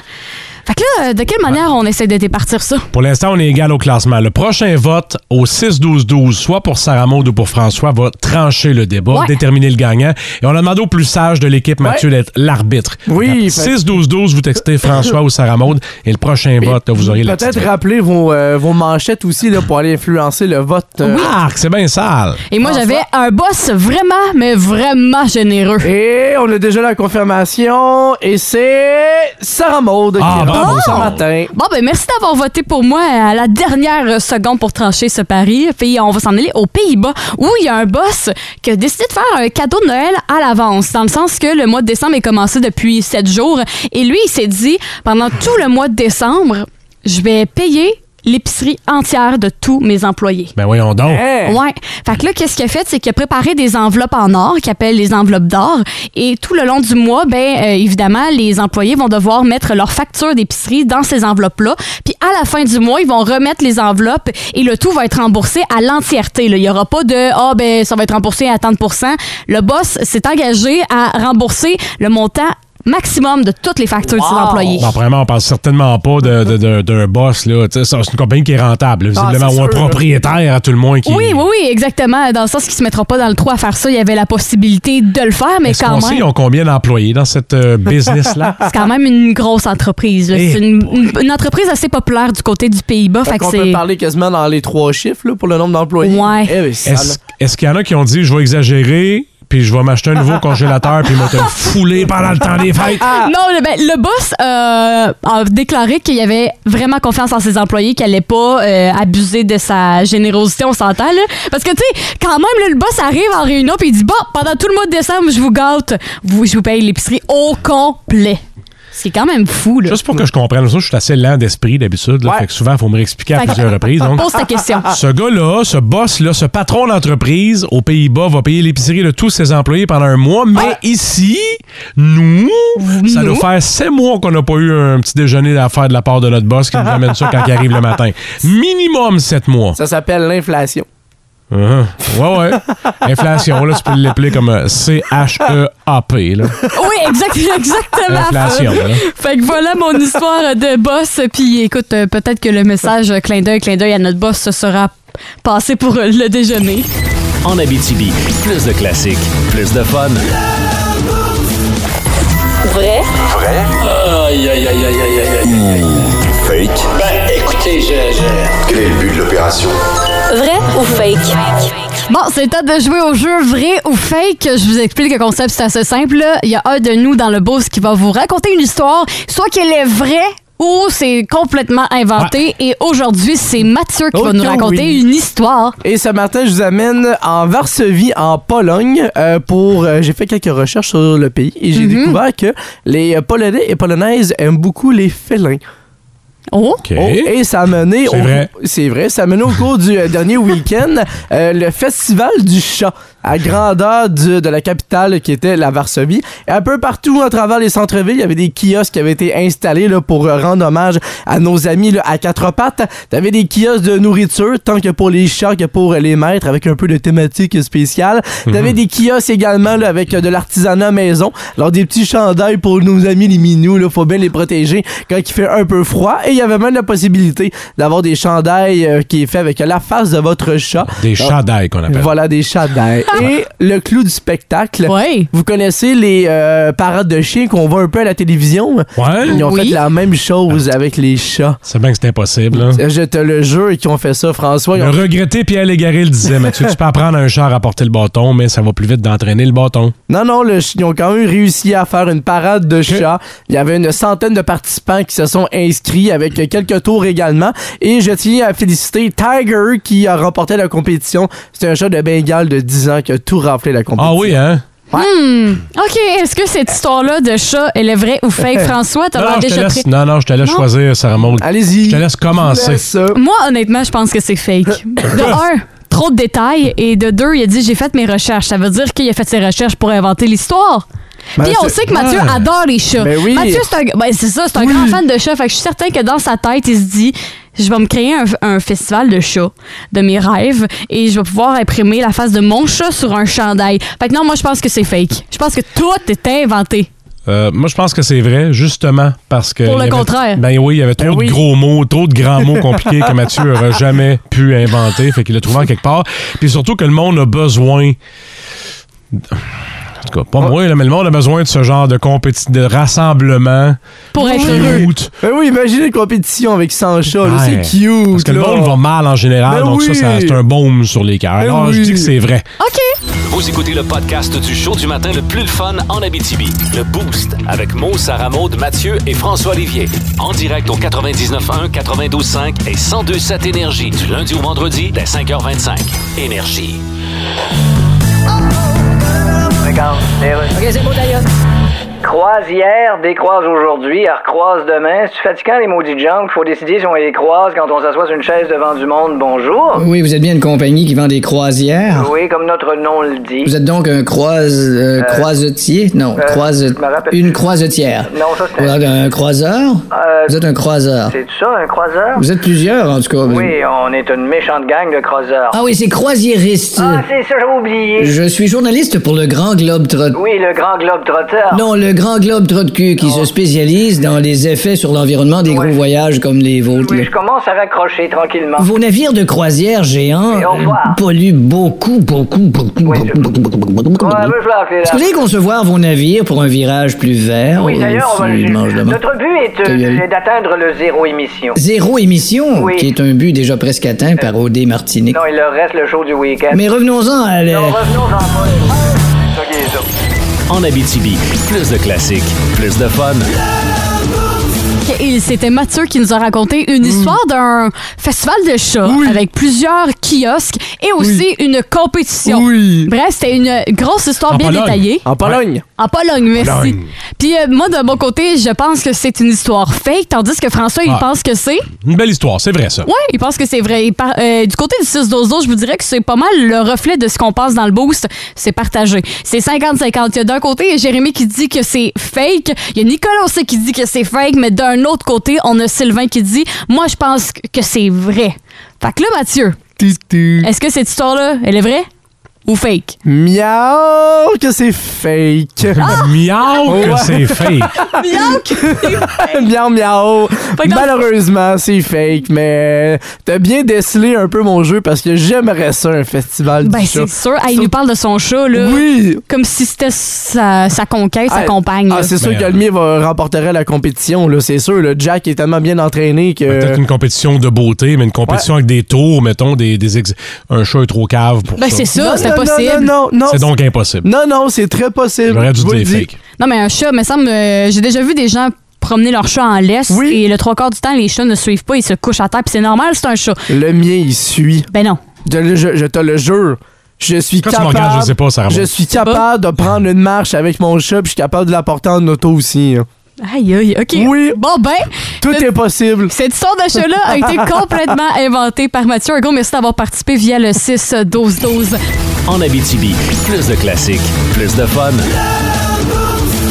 [SPEAKER 3] Fait que là, de quelle manière on essaie de départir ça?
[SPEAKER 5] Pour l'instant, on est égal au classement. Le prochain vote au 6-12-12, soit pour Sarah Maud ou pour François, va trancher le débat,
[SPEAKER 3] Ouais.
[SPEAKER 5] déterminer le gagnant. Et on a demandé au plus sage de l'équipe, Mathieu, d'être l'arbitre.
[SPEAKER 4] Oui, fait-
[SPEAKER 5] 6-12-12, vous textez François ou Sarah Maud, et le prochain vote, là, vous aurez la
[SPEAKER 4] Peut-être
[SPEAKER 5] petite-
[SPEAKER 4] rappeler vos, euh, vos manchettes aussi là, pour aller influencer le vote. euh,
[SPEAKER 5] Ah, c'est bien sale.
[SPEAKER 3] Et moi, j'avais un boss vraiment, mais vraiment généreux.
[SPEAKER 4] Et on a déjà la confirmation et c'est Sarah Maud qui
[SPEAKER 5] Ah,
[SPEAKER 4] est là
[SPEAKER 5] bravo,
[SPEAKER 4] ce
[SPEAKER 5] Sarah.
[SPEAKER 4] matin.
[SPEAKER 3] Bon, ben merci d'avoir voté pour moi à la dernière seconde pour trancher ce pari. Puis on va s'en aller aux Pays-Bas où il y a un boss qui a décidé de faire un cadeau de Noël à l'avance. Dans le sens que le mois de décembre est commencé depuis sept jours. Et lui, il s'est dit, pendant tout le mois de décembre, je vais payer l'épicerie entière de tous mes employés.
[SPEAKER 5] Ben voyons donc.
[SPEAKER 4] Hey.
[SPEAKER 3] Ouais. Fait que là, qu'est-ce qu'il a fait? C'est qu'il a préparé des enveloppes en or, qu'il appelle les enveloppes d'or. Et tout le long du mois, ben euh, évidemment, les employés vont devoir mettre leurs factures d'épicerie dans ces enveloppes-là. Puis à la fin du mois, ils vont remettre les enveloppes et le tout va être remboursé à l'entièreté. là. Il n'y aura pas de « Ah, ben ça va être remboursé à tant de pourcents. Le boss s'est engagé à rembourser le montant maximum de toutes les factures de ses employés.
[SPEAKER 5] Non, vraiment, on parle certainement pas de- de- de- d'un boss. là. Tu sais, ça, C'est une compagnie qui est rentable, là,
[SPEAKER 4] Ah,
[SPEAKER 5] visiblement,
[SPEAKER 4] c'est
[SPEAKER 5] ou un
[SPEAKER 4] sûr, là.
[SPEAKER 5] propriétaire à tout le moins qui.
[SPEAKER 3] Oui, oui, oui, exactement. Dans le sens qu'il se mettra pas dans le trou à faire ça, il y avait la possibilité de le faire, mais
[SPEAKER 5] Est-ce qu'on
[SPEAKER 3] quand
[SPEAKER 5] sait
[SPEAKER 3] même.
[SPEAKER 5] ils ont combien d'employés dans cette euh, business-là?
[SPEAKER 3] C'est quand même une grosse entreprise. là.
[SPEAKER 5] Eh
[SPEAKER 3] C'est une, une- une entreprise assez populaire du côté du Pays-Bas. Fait
[SPEAKER 4] Fait
[SPEAKER 3] que
[SPEAKER 4] qu'on peut
[SPEAKER 3] c'est.
[SPEAKER 4] parler quasiment dans les trois chiffres là, pour le nombre d'employés.
[SPEAKER 3] Ouais.
[SPEAKER 4] Eh oui, c'est
[SPEAKER 5] Est-ce
[SPEAKER 4] sale.
[SPEAKER 5] est-ce qu'il y en a qui ont dit je vais exagérer, puis je vais m'acheter un nouveau congélateur, puis ils vont te fouler pendant le temps des fêtes?
[SPEAKER 4] Ah.
[SPEAKER 3] Non, le, ben, le boss euh, a déclaré qu'il y avait vraiment confiance en ses employés, qu'il allait pas euh, abuser de sa générosité, on s'entend. là. Parce que, tu sais, quand même, là, le boss arrive en réunion puis il dit Bon, pendant tout le mois de décembre, je vous gâte, vous, je vous paye l'épicerie au complet. C'est quand même fou, là.
[SPEAKER 5] Juste pour que je comprenne, ça, je suis assez lent d'esprit d'habitude, là,
[SPEAKER 4] Ouais.
[SPEAKER 5] fait que souvent, il faut me réexpliquer à
[SPEAKER 3] Fait que-
[SPEAKER 5] plusieurs reprises. Donc,
[SPEAKER 3] Pose ta question.
[SPEAKER 5] ce gars-là, ce boss-là, ce patron d'entreprise aux Pays-Bas va payer l'épicerie de tous ses employés pendant un mois, mais ici, nous, ça doit faire sept mois qu'on n'a pas eu un petit déjeuner d'affaires de la part de notre boss qui nous amène ça quand il arrive le matin. Minimum sept mois.
[SPEAKER 4] Ça s'appelle l'inflation.
[SPEAKER 5] Hein? Ouais, ouais. Inflation, là, tu peux l'appeler comme euh, C-H-E-A-P, là.
[SPEAKER 3] Oui, exact- exactement.
[SPEAKER 5] L'inflation, là.
[SPEAKER 3] Fait que voilà mon histoire de boss. Puis écoute, euh, peut-être que le message euh, clin d'œil, clin d'œil à notre boss ce sera passé pour euh, le déjeuner.
[SPEAKER 2] En Abitibi, plus de classiques, plus de fun.
[SPEAKER 1] Vrai,
[SPEAKER 2] Aïe, aïe, aïe, aïe, aïe, aïe, Fake. Ben, écoutez, je... Quel est le but de l'opération?
[SPEAKER 1] vrai ou fake?
[SPEAKER 3] Bon, c'est le temps de jouer au jeu vrai ou fake. Je vous explique le concept, c'est assez simple. là. Il y a un de nous dans le boss qui va vous raconter une histoire, soit qu'elle est vraie ou c'est complètement inventé. Et aujourd'hui, c'est Mathieu qui va nous raconter une histoire.
[SPEAKER 4] Et ce matin, je vous amène en Varsovie, en Pologne, euh, pour. euh, j'ai fait quelques recherches sur le pays et
[SPEAKER 3] Mhm.
[SPEAKER 4] j'ai découvert que les Polonais et Polonaises aiment beaucoup les félins.
[SPEAKER 3] Oh.
[SPEAKER 4] et ça a mené
[SPEAKER 5] C'est
[SPEAKER 4] au
[SPEAKER 5] vrai.
[SPEAKER 4] c'est vrai, ça a mené au cours du euh, dernier week-end euh, le festival du chat à grandeur du- de la capitale qui était la Varsovie. Et un peu partout à travers les centres-villes, il y avait des kiosques qui avaient été installés là, pour euh, rendre hommage à nos amis là, à quatre pattes. T'avais des kiosques de nourriture, tant que pour les chats que pour euh, les maîtres, avec un peu de thématique spéciale.
[SPEAKER 5] Mhm.
[SPEAKER 4] T'avais des kiosques également là, avec euh, de l'artisanat maison. Alors des petits chandails pour nos amis les minous, là, faut bien les protéger quand il fait un peu froid. Et il y avait même la possibilité d'avoir des chandails euh, qui est fait avec la face de votre chat.
[SPEAKER 5] Des
[SPEAKER 4] Alors,
[SPEAKER 5] chandails qu'on appelle.
[SPEAKER 4] Voilà, des chandails. Et le clou du spectacle. Vous connaissez les euh, parades de chiens qu'on voit un peu à la télévision? Ils ont
[SPEAKER 5] Oui.
[SPEAKER 4] fait la même chose
[SPEAKER 5] Ah.
[SPEAKER 4] avec les chats.
[SPEAKER 5] C'est bien que c'est impossible. hein.
[SPEAKER 4] Je te le jure qu'ils ont fait ça, François. Ils
[SPEAKER 5] Le
[SPEAKER 4] ont-
[SPEAKER 5] regretté Pierre Légaré le disait, Mathieu, tu peux apprendre à un char à porter le bâton, mais ça va plus vite d'entraîner le bâton.
[SPEAKER 4] Non, non, le ch- ils ont quand même réussi à faire une parade de chats. Il y avait une centaine de participants qui se sont inscrits avec quelques tours également. Et je tiens à féliciter Tiger qui a remporté la compétition. C'est un chat de Bengale de 10 ans qui a tout raflé la compétition. Ah oui,
[SPEAKER 5] hein?
[SPEAKER 3] Hmm. OK, est-ce que cette histoire-là de chat, elle est vraie ou fake? François, t'as
[SPEAKER 5] non,
[SPEAKER 3] l'air
[SPEAKER 5] non, je te
[SPEAKER 3] déjà
[SPEAKER 5] laisse,
[SPEAKER 3] pris...
[SPEAKER 5] non, non, je te laisse
[SPEAKER 3] Non.
[SPEAKER 5] choisir, Sarah Maud.
[SPEAKER 4] Allez-y.
[SPEAKER 5] Je te laisse commencer.
[SPEAKER 3] Moi, honnêtement, je pense que c'est fake. De un, trop de détails. Et de deux, il a dit j'ai fait mes recherches. Ça veut dire qu'il a fait ses recherches pour inventer l'histoire.
[SPEAKER 10] Ben,
[SPEAKER 3] Puis on
[SPEAKER 10] c'est-
[SPEAKER 3] sait que Mathieu
[SPEAKER 10] Ah.
[SPEAKER 3] adore les chats.
[SPEAKER 10] Ben oui.
[SPEAKER 3] Mathieu, c'est un, ben, c'est ça, c'est un grand fan de chats. Fait que je suis certain que dans sa tête, il se dit je vais me créer un, un festival de chats de mes rêves et je vais pouvoir imprimer la face de mon chat sur un chandail. Fait que non, moi, je pense que c'est fake. Je pense que tout est inventé.
[SPEAKER 5] Euh, moi, je pense que c'est vrai, justement, parce que.
[SPEAKER 3] Pour
[SPEAKER 5] il
[SPEAKER 3] le
[SPEAKER 5] y avait-
[SPEAKER 3] contraire.
[SPEAKER 5] Ben oui, il y avait trop de gros mots, trop de grands mots compliqués que Mathieu n'aurait jamais pu inventer. Fait qu'il l'a trouvé en quelque part. Puis surtout que le monde a besoin. En tout cas, pas
[SPEAKER 4] Ah.
[SPEAKER 5] moi, là, mais le monde a besoin de ce genre de, compéti- de rassemblement.
[SPEAKER 3] Pour
[SPEAKER 4] être
[SPEAKER 5] heureux.
[SPEAKER 4] Ben oui, imaginez une compétition avec 100 chats. là,
[SPEAKER 5] Ouais.
[SPEAKER 4] Ah, C'est cute.
[SPEAKER 5] Parce que le
[SPEAKER 4] là.
[SPEAKER 5] monde va mal en général,
[SPEAKER 4] Ben
[SPEAKER 5] donc ça,
[SPEAKER 4] oui. Ben
[SPEAKER 5] ça, c'est un baume sur les cœurs. Alors, je
[SPEAKER 4] oui.
[SPEAKER 5] dis que c'est vrai.
[SPEAKER 3] OK.
[SPEAKER 9] Vous écoutez le podcast du show du matin le plus le fun en Abitibi. Le Boost avec Mo, Sarah Maud, Mathieu et François Olivier. En direct au 99.1, 92.5 et 102.7 Énergie du lundi au vendredi dès 5h25. Énergie.
[SPEAKER 6] OK, c'est beau, Croise hier, décroise aujourd'hui, elle recroise demain. C'est fatigant, les maudites jambes, qu'il faut décider si on les croise quand on s'assoit sur une chaise devant du monde. Bonjour.
[SPEAKER 7] Oui, vous êtes bien une compagnie qui vend des croisières.
[SPEAKER 6] Oui, comme notre nom le dit.
[SPEAKER 7] Vous êtes donc un croise, euh, croisetier? Non,
[SPEAKER 6] euh, je
[SPEAKER 7] croise,
[SPEAKER 6] me rappelle-
[SPEAKER 7] une croisetière.
[SPEAKER 6] Non, ça, c'est-
[SPEAKER 7] Vous êtes un croiseur? vous êtes un croiseur.
[SPEAKER 6] C'est ça, un croiseur?
[SPEAKER 7] Vous êtes plusieurs, en tout cas.
[SPEAKER 6] Oui, on est une méchante gang de croiseurs.
[SPEAKER 7] Ah oui, c'est croisiériste.
[SPEAKER 6] Ah, c'est ça, j'avais oublié.
[SPEAKER 7] Je suis journaliste pour le Grand Globe Trot.
[SPEAKER 6] Oui, le grand globe trotteur.
[SPEAKER 7] Non, le Grand Globe Trot de cul qui
[SPEAKER 6] Ah.
[SPEAKER 7] se spécialise dans les effets sur l'environnement des gros voyages comme les vôtres. là.
[SPEAKER 6] Je commence à raccrocher tranquillement.
[SPEAKER 7] Vos navires de croisière géants
[SPEAKER 6] Et au revoir.
[SPEAKER 7] euh, polluent beaucoup, beaucoup, beaucoup, beaucoup, beaucoup, beaucoup, beaucoup, beaucoup.
[SPEAKER 6] Ouais, veux flanquer, là.
[SPEAKER 7] Est-ce que vous allez concevoir vos navires pour un virage plus vert?
[SPEAKER 6] Oui,
[SPEAKER 7] euh,
[SPEAKER 6] d'ailleurs, on va-
[SPEAKER 7] s'ils mangent de
[SPEAKER 6] notre but est
[SPEAKER 7] Ta gueule.
[SPEAKER 6] euh, d'atteindre le zéro émission.
[SPEAKER 7] Zéro émission,
[SPEAKER 6] Oui.
[SPEAKER 7] qui est un but déjà presque atteint par O.D. Martinet.
[SPEAKER 6] Non, il leur reste le show du week-end.
[SPEAKER 7] Mais revenons-en à la-
[SPEAKER 6] Non, revenons-en pas. Ça qui est ça.
[SPEAKER 9] En Abitibi, plus de classiques, plus de fun.
[SPEAKER 3] Et c'était Mathieu qui nous a raconté
[SPEAKER 4] Mm.
[SPEAKER 3] une histoire d'un festival de chats avec plusieurs kiosques et aussi une compétition. Bref, c'était une grosse histoire
[SPEAKER 4] En
[SPEAKER 3] bien
[SPEAKER 4] Pologne.
[SPEAKER 3] détaillée.
[SPEAKER 4] En Pologne.
[SPEAKER 3] En Pologne, merci.
[SPEAKER 4] Pologne.
[SPEAKER 3] Puis euh, moi, de mon côté, je pense que c'est une histoire fake, tandis que François, il
[SPEAKER 5] Ah.
[SPEAKER 3] pense que c'est...
[SPEAKER 5] Une belle histoire, c'est vrai, ça.
[SPEAKER 3] Oui, il pense que c'est vrai. Il par- euh, du côté du 6-12-12, je vous dirais que c'est pas mal le reflet de ce qu'on passe dans le boost. C'est partagé. C'est 50-50. Il y a d'un côté il y a Jérémy qui dit que c'est fake. Il y a Nicolas aussi qui dit que c'est fake. Mais d'un autre côté, on a Sylvain qui dit Moi, je pense que c'est vrai. Fait que là, Mathieu, est-ce que cette histoire-là, elle est vraie ou fake?
[SPEAKER 4] Miaou que c'est fake.
[SPEAKER 5] Miaou
[SPEAKER 3] que c'est fake.
[SPEAKER 4] miaou
[SPEAKER 3] que c'est
[SPEAKER 4] fake. miaou miaou. Malheureusement, c'est fake, mais t'as bien décelé un peu mon jeu parce que j'aimerais ça un festival
[SPEAKER 3] Ben,
[SPEAKER 4] du
[SPEAKER 3] c'est
[SPEAKER 4] chat.
[SPEAKER 3] sûr. Ah, il nous parle de son chat, là.
[SPEAKER 4] Oui.
[SPEAKER 3] Comme si c'était sa, sa conquête, sa
[SPEAKER 4] Ah,
[SPEAKER 3] compagne.
[SPEAKER 4] Ah,
[SPEAKER 3] là.
[SPEAKER 4] c'est
[SPEAKER 5] Ben,
[SPEAKER 4] sûr que le mien va- remporterait la compétition, là, c'est sûr. Le Jack est tellement bien entraîné que.
[SPEAKER 5] Peut-être une compétition de beauté, mais une compétition avec des tours, mettons, des, des ex- un chat et trois caves pour
[SPEAKER 3] Ben,
[SPEAKER 5] ça.
[SPEAKER 3] c'est ça,
[SPEAKER 4] Non,
[SPEAKER 3] c'est
[SPEAKER 4] non,
[SPEAKER 3] possible.
[SPEAKER 4] non, non, non,
[SPEAKER 5] C'est donc impossible.
[SPEAKER 4] Non, non, c'est très possible.
[SPEAKER 5] J'aurais dû
[SPEAKER 4] Je vous
[SPEAKER 5] dire
[SPEAKER 4] le dis.
[SPEAKER 5] fake.
[SPEAKER 3] Non, mais un chat, me semble, euh, j'ai déjà vu des gens promener leur chat en laisse. Et le trois quarts du temps, les chats ne suivent pas, ils se couchent à terre. Puis c'est normal, c'est un chat.
[SPEAKER 4] Le mien, il suit.
[SPEAKER 3] Ben non.
[SPEAKER 4] Je, je- je te le jure. Je suis
[SPEAKER 5] Quand tu me
[SPEAKER 4] capable.
[SPEAKER 5] regardes, je sais pas, Sarah Maud.
[SPEAKER 4] Je suis capable de prendre une marche avec mon chat, puis je suis capable de la porter en auto aussi. hein.
[SPEAKER 3] Aïe, aïe, OK.
[SPEAKER 4] Oui.
[SPEAKER 3] Bon, ben.
[SPEAKER 4] Tout est possible.
[SPEAKER 3] Cette histoire de chat-là a été complètement inventée par Mathieu Hugo. Merci d'avoir participé via le 6-12-12.
[SPEAKER 9] En Abitibi, plus de classiques, plus de fun.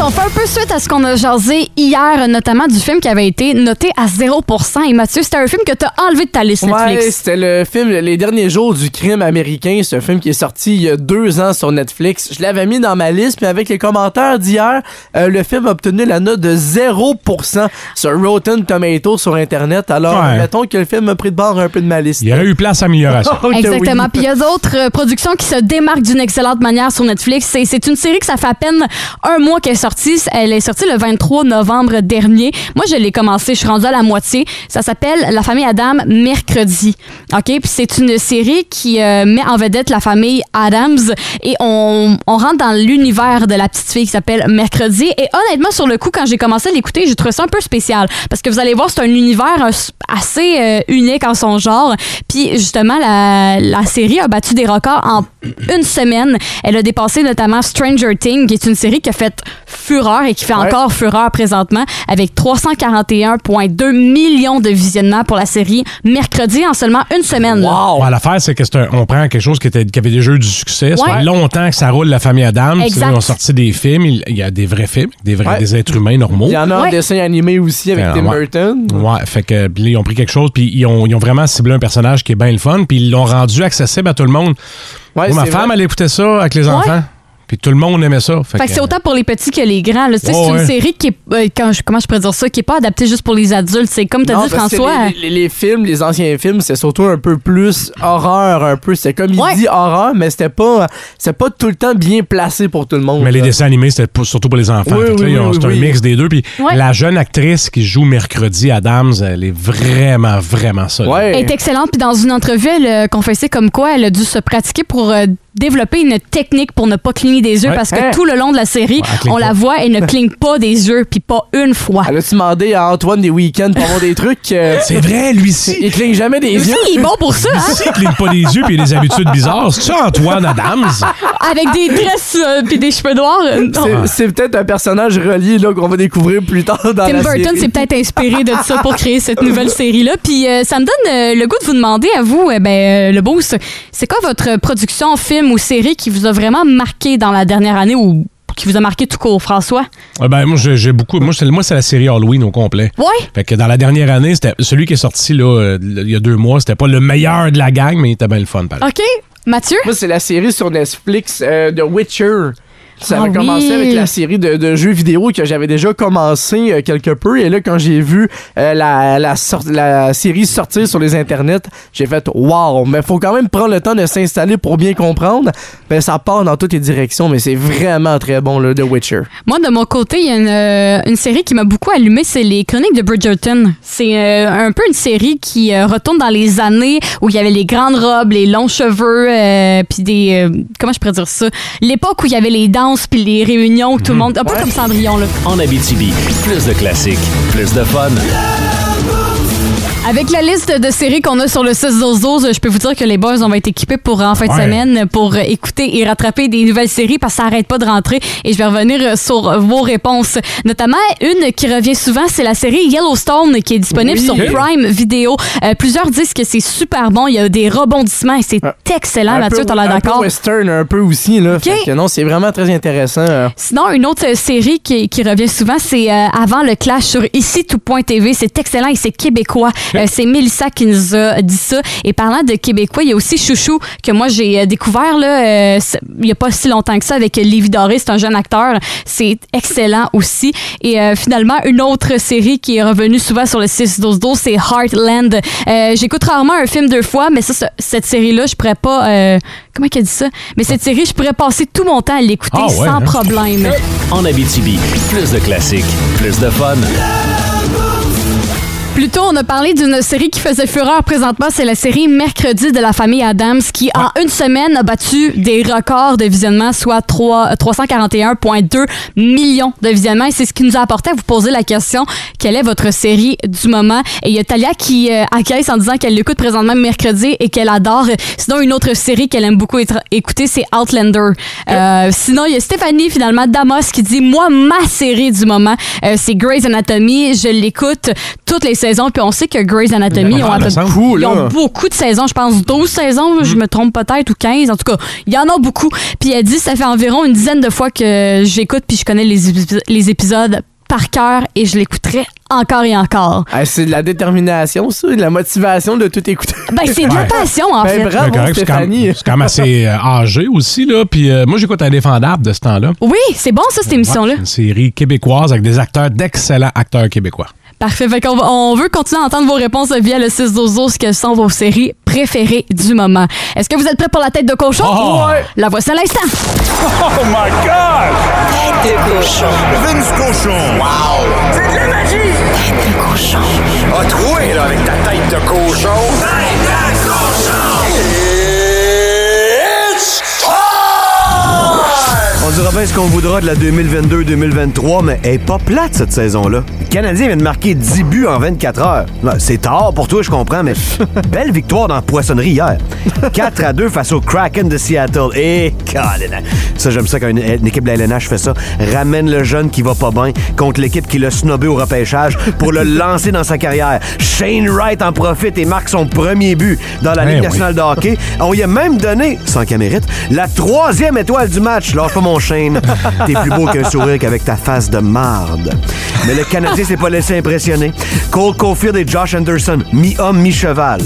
[SPEAKER 3] On fait un peu suite à ce qu'on a jasé hier, notamment du film qui avait été noté à 0 Et Mathieu, c'était un film que t'as enlevé de ta liste
[SPEAKER 4] Ouais,
[SPEAKER 3] Netflix.
[SPEAKER 4] c'était le film Les derniers jours du crime américain. C'est un film qui est sorti il y a deux ans sur Netflix. Je l'avais mis dans ma liste, mais avec les commentaires d'hier, euh, le film a obtenu la note de 0% sur Rotten Tomatoes sur Internet. Alors,
[SPEAKER 5] Ouais.
[SPEAKER 4] mettons que le film a pris de bord un peu de ma liste.
[SPEAKER 5] Il y aurait eu place à amélioration.
[SPEAKER 4] Ok, Ah oui.
[SPEAKER 3] Exactement. Puis il y a d'autres euh, productions qui se démarquent d'une excellente manière sur Netflix. C'est- C'est une série que ça fait à peine un mois qu'elle est sortie. Elle est sortie le 23 novembre dernier. Moi, je l'ai commencé. Je suis rendue à la moitié. Ça s'appelle La famille Adam mercredi. OK? Puis c'est une série qui euh, met en vedette la famille Adams et on, on rentre dans l'univers de la petite fille qui s'appelle mercredi. Et honnêtement, sur le coup, quand j'ai commencé à l'écouter, j'ai trouvé ça un peu spécial parce que vous allez voir, c'est un univers euh, assez euh, unique en son genre. Puis justement, la, la série a battu des records en une semaine. Elle a dépassé notamment Stranger Things, qui est une série qui a fait fureur et qui fait encore fureur présentement avec 341,2 millions de visionnements pour la série mercredi en seulement une semaine. là.
[SPEAKER 5] Ouais, L'affaire, c'est que c'est un- on prend quelque chose qui, était, qui avait déjà eu du succès. Ça
[SPEAKER 3] Ouais.
[SPEAKER 5] fait longtemps que ça roule, la famille Adams.
[SPEAKER 3] Exact.
[SPEAKER 5] Ils ont sorti des films. Il il y a des vrais films, des, vrais,
[SPEAKER 4] Ouais.
[SPEAKER 5] des êtres humains normaux.
[SPEAKER 4] Il y en a en
[SPEAKER 5] Ouais.
[SPEAKER 4] dessin animé aussi avec
[SPEAKER 5] Euh,
[SPEAKER 4] Tim
[SPEAKER 5] ouais.
[SPEAKER 4] Burton.
[SPEAKER 5] Ouais, fait que puis là, ils ont pris quelque chose, puis ils ont, ils ont vraiment ciblé un personnage qui est bien le fun, puis ils l'ont rendu accessible à tout le monde. Moi, ma
[SPEAKER 4] c'est
[SPEAKER 5] femme,
[SPEAKER 4] vrai.
[SPEAKER 5] elle écoutait ça avec les
[SPEAKER 3] Ouais.
[SPEAKER 5] enfants, puis tout le monde aimait ça.
[SPEAKER 3] Fait que c'est
[SPEAKER 5] euh,
[SPEAKER 3] autant pour les petits que les grands. là. Tu sais,
[SPEAKER 5] Ouais,
[SPEAKER 3] c'est une
[SPEAKER 5] ouais.
[SPEAKER 3] série qui est, euh, quand je- comment je pourrais dire ça, qui est pas adaptée juste pour les adultes. C'est comme t'as
[SPEAKER 4] Non,
[SPEAKER 3] dit,
[SPEAKER 4] parce que
[SPEAKER 3] François.
[SPEAKER 4] Les, les- les films, les anciens films, c'est surtout un peu plus horreur, un peu. C'est comme il dit horreur, mais c'était pas, c'était pas tout le temps bien placé pour tout le monde.
[SPEAKER 5] Mais les
[SPEAKER 4] là.
[SPEAKER 5] dessins animés, c'était pour- surtout pour les enfants.
[SPEAKER 4] Oui,
[SPEAKER 5] Fait que là,
[SPEAKER 4] oui,
[SPEAKER 5] ils ont-
[SPEAKER 4] oui,
[SPEAKER 5] c'est un
[SPEAKER 4] oui.
[SPEAKER 5] mix des deux. Puis
[SPEAKER 3] Ouais.
[SPEAKER 5] la jeune actrice qui joue mercredi, Adams, elle est vraiment, vraiment solide.
[SPEAKER 3] Elle est excellente. Puis dans une entrevue, elle a confessé comme quoi elle a dû se pratiquer pour euh, développer une technique pour ne pas cligner des yeux
[SPEAKER 4] Ouais.
[SPEAKER 3] parce que
[SPEAKER 4] Hein?
[SPEAKER 3] tout le long de la série,
[SPEAKER 4] Ouais, elle cligne
[SPEAKER 3] on la
[SPEAKER 4] pas.
[SPEAKER 3] voit et ne cligne pas des yeux, puis pas une fois.
[SPEAKER 4] Elle a-tu demandé à Antoine des week-ends pour avoir des trucs? euh,
[SPEAKER 5] C'est vrai, lui-ci.
[SPEAKER 4] Il cligne jamais des
[SPEAKER 3] Lui-ci,
[SPEAKER 4] yeux.
[SPEAKER 3] il est bon pour ça, hein?
[SPEAKER 5] Lui-ci, il cligne pas des yeux puis il a des habitudes bizarres. C'est-tu Antoine Adams?
[SPEAKER 3] hein, Avec des tresses euh, puis des cheveux noirs. euh, non.
[SPEAKER 4] C'est- C'est peut-être un personnage relié là qu'on va découvrir plus tard dans
[SPEAKER 3] Tim
[SPEAKER 4] la
[SPEAKER 3] Burton
[SPEAKER 4] série.
[SPEAKER 3] s'est peut-être inspiré de ça pour créer cette nouvelle série-là. Puis euh, ça me donne euh, le goût de vous demander à vous, eh ben, euh, le boost, c'est quoi votre production, film ou série qui vous a vraiment marqué dans la dernière année ou qui vous a marqué tout court, François?
[SPEAKER 5] Ah ben, moi, j'ai j'ai beaucoup. Moi, c'est moi, c'est la série Halloween au complet.
[SPEAKER 3] Ouais.
[SPEAKER 5] Fait que dans la dernière année, c'était celui qui est sorti là, euh, il y a deux mois, c'était pas le meilleur de la gang, mais il était bien le fun, pareil.
[SPEAKER 3] OK. Mathieu?
[SPEAKER 4] Moi, c'est la série sur Netflix euh, de Witcher. Ça
[SPEAKER 3] Ah
[SPEAKER 4] avait commencé
[SPEAKER 3] oui.
[SPEAKER 4] avec la série de, de jeux vidéo que j'avais déjà commencé euh, quelque peu. Et là, quand j'ai vu euh, la, la, sor- la série sortir sur les internets, j'ai fait « Wow! » Mais faut quand même prendre le temps de s'installer pour bien comprendre. Ben, ça part dans toutes les directions, mais c'est vraiment très bon, le The Witcher.
[SPEAKER 3] Moi, de mon côté, il y a une, euh, une série qui m'a beaucoup allumée, c'est les Chroniques de Bridgerton. C'est euh, un peu une série qui euh, retourne dans les années où il y avait les grandes robes, les longs cheveux, euh, puis des... euh, comment je pourrais dire ça? L'époque où il y avait les danses, puis les réunions, tout le monde... Un peu comme Cendrillon, là.
[SPEAKER 9] En Abitibi, plus de classiques, plus de fun.
[SPEAKER 3] Avec la liste de séries qu'on a sur le 6 12 je peux vous dire que les boys, on va être équipés pour en fin de
[SPEAKER 5] Ouais.
[SPEAKER 3] semaine pour euh, écouter et rattraper des nouvelles séries parce que ça arrête pas de rentrer et je vais revenir euh, sur vos réponses. Notamment, une qui revient souvent, c'est la série Yellowstone qui est disponible
[SPEAKER 10] Oui.
[SPEAKER 3] sur
[SPEAKER 10] Ok.
[SPEAKER 3] Prime Video. Euh, plusieurs disent que c'est super bon, il y a des rebondissements et c'est excellent,
[SPEAKER 4] Euh, Un
[SPEAKER 3] Ah, Mathieu,
[SPEAKER 4] peu-
[SPEAKER 3] t'as l'air
[SPEAKER 4] Un
[SPEAKER 3] d'accord?
[SPEAKER 4] peu western, un peu aussi. Là. Fait que non, c'est vraiment très intéressant. euh.
[SPEAKER 3] Sinon, une autre euh, série qui, qui revient souvent, c'est euh, Avant le clash sur ici tout.tv. C'est excellent et c'est québécois. Euh, c'est Mélissa qui nous a dit ça. Et parlant de québécois, il y a aussi Chouchou que moi j'ai euh, découvert là, euh, c'est- il n'y a pas si longtemps que ça avec Lévi Doré. C'est un jeune acteur. C'est excellent aussi. Et euh, finalement, une autre série qui est revenue souvent sur le 6-12-12, c'est Heartland. Euh, J'écoute rarement un film deux fois, mais ça, ça- cette série-là, je pourrais pas... euh, comment qu'elle dit ça? Mais cette série, je pourrais passer tout mon temps à l'écouter
[SPEAKER 9] Ah ouais,
[SPEAKER 3] sans
[SPEAKER 9] hein?
[SPEAKER 3] problème.
[SPEAKER 9] En Abitibi, plus de classiques, plus de fun.
[SPEAKER 3] Plus tôt, on a parlé d'une série qui faisait fureur présentement. C'est la série Mercredi de la famille Adams qui, en une semaine, a battu des records de visionnement, soit trois- 341,2 millions de visionnements. Et c'est ce qui nous a apporté à vous poser la question quelle est votre série du moment Et il y a Talia qui euh, acquiesce en disant qu'elle l'écoute présentement mercredi et qu'elle adore. Sinon, une autre série qu'elle aime beaucoup être- écouter, c'est Outlander. Euh, sinon, il y a Stéphanie, finalement, Damas, qui dit Moi, ma série du moment, euh, c'est Grey's Anatomy. Je l'écoute toutes les saisons. Puis on sait que Grey's Anatomy, ils ont, à peu-
[SPEAKER 4] me semble. Cool,
[SPEAKER 3] ils ont
[SPEAKER 4] là.
[SPEAKER 3] Ah, beaucoup de saisons. Je pense 12 saisons, je me trompe peut-être, ou 15. En tout cas, il y en a beaucoup. Puis elle dit Ça fait environ une dizaine de fois que j'écoute, puis je connais les, épis- les épisodes par cœur et je l'écouterai encore et encore.
[SPEAKER 4] Ah, c'est de la détermination, ça, et de la motivation de tout écouter.
[SPEAKER 3] Ben, c'est de la
[SPEAKER 5] Ouais.
[SPEAKER 3] passion, en
[SPEAKER 4] Ben,
[SPEAKER 3] fait.
[SPEAKER 4] bravo,
[SPEAKER 5] C'est correct, c'est quand,
[SPEAKER 4] Stéphanie.
[SPEAKER 5] même- c'est quand même assez euh, âgé aussi, là. Puis euh, moi, j'écoute Indéfendable de ce temps-là.
[SPEAKER 3] Oui, c'est bon, ça, cette émission-là.
[SPEAKER 5] Ouais, c'est une série québécoise avec des acteurs, d'excellents acteurs québécois.
[SPEAKER 3] Parfait. Fait qu'on va- on veut continuer à entendre vos réponses via le 6 12 que sont vos séries préférées du moment. Est-ce que vous êtes prêts pour la tête de cochon?
[SPEAKER 10] Ouais.
[SPEAKER 3] La voici à l'instant.
[SPEAKER 10] Oh my God! Tête de cochon. Vince cochon. Wow! C'est de la magie! Tête de cochon.
[SPEAKER 2] A troué, là, avec ta tête de cochon. Tête de cochon! It's
[SPEAKER 8] On dira bien ce qu'on voudra de la 2022-2023, mais elle est pas plate cette saison-là. Le Canadien vient de marquer 10 buts en 24 heures. Là, C'est tard pour toi, je comprends, mais belle victoire dans la poissonnerie hier. 4 à 2 face au Kraken de Seattle. Et Colin, ça j'aime ça quand une, une équipe de la LNH fait ça. Ramène le jeune qui va pas bien contre l'équipe qui l'a snobé au repêchage pour le lancer dans sa carrière. Shane Wright en profite et marque son premier but dans la
[SPEAKER 5] Eh
[SPEAKER 8] Ligue
[SPEAKER 5] oui.
[SPEAKER 8] nationale de hockey. On lui a même donné, sans qu'elle mérite, la troisième étoile du match. Lâche pas mon Shane. T'es plus beau qu'un sourire qu'avec ta face de marde. Mais le Canadien s'est pas laissé impressionner. Cole Caulfield et Josh Anderson, mi-homme, mi-cheval,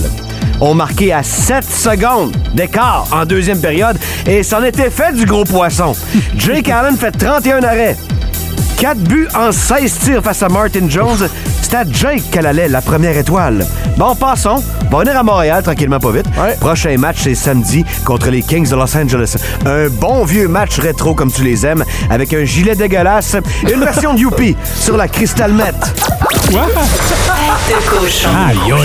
[SPEAKER 8] ont marqué à 7 secondes d'écart en deuxième période et c'en était fait du gros poisson. Jake Allen fait 31 arrêts. 4 buts en 16 tirs face à Martin Jones. C'était à Jake qu'elle allait, la première étoile. Bon, passons. On va venir à Montréal tranquillement, pas vite. Prochain match, c'est samedi contre les Kings de Los Angeles. Un bon vieux match rétro comme tu les aimes, avec un gilet dégueulasse et une version de Youpi sur la Crystal Met.
[SPEAKER 5] Quoi?
[SPEAKER 10] Tête de cochon.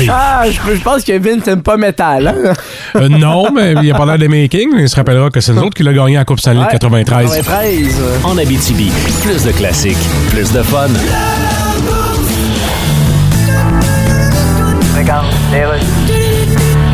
[SPEAKER 4] Ah, je, je pense que Vince n'aime pas métal. hein?
[SPEAKER 5] Euh, non, mais il a parlé des Making. Il se rappellera que c'est nous autres qui l'a gagné à la Coupe Stanley de
[SPEAKER 9] Ouais.
[SPEAKER 15] Ah,
[SPEAKER 5] 93.
[SPEAKER 9] En Abitibi, plus de classiques, plus de fun.
[SPEAKER 7] Ah,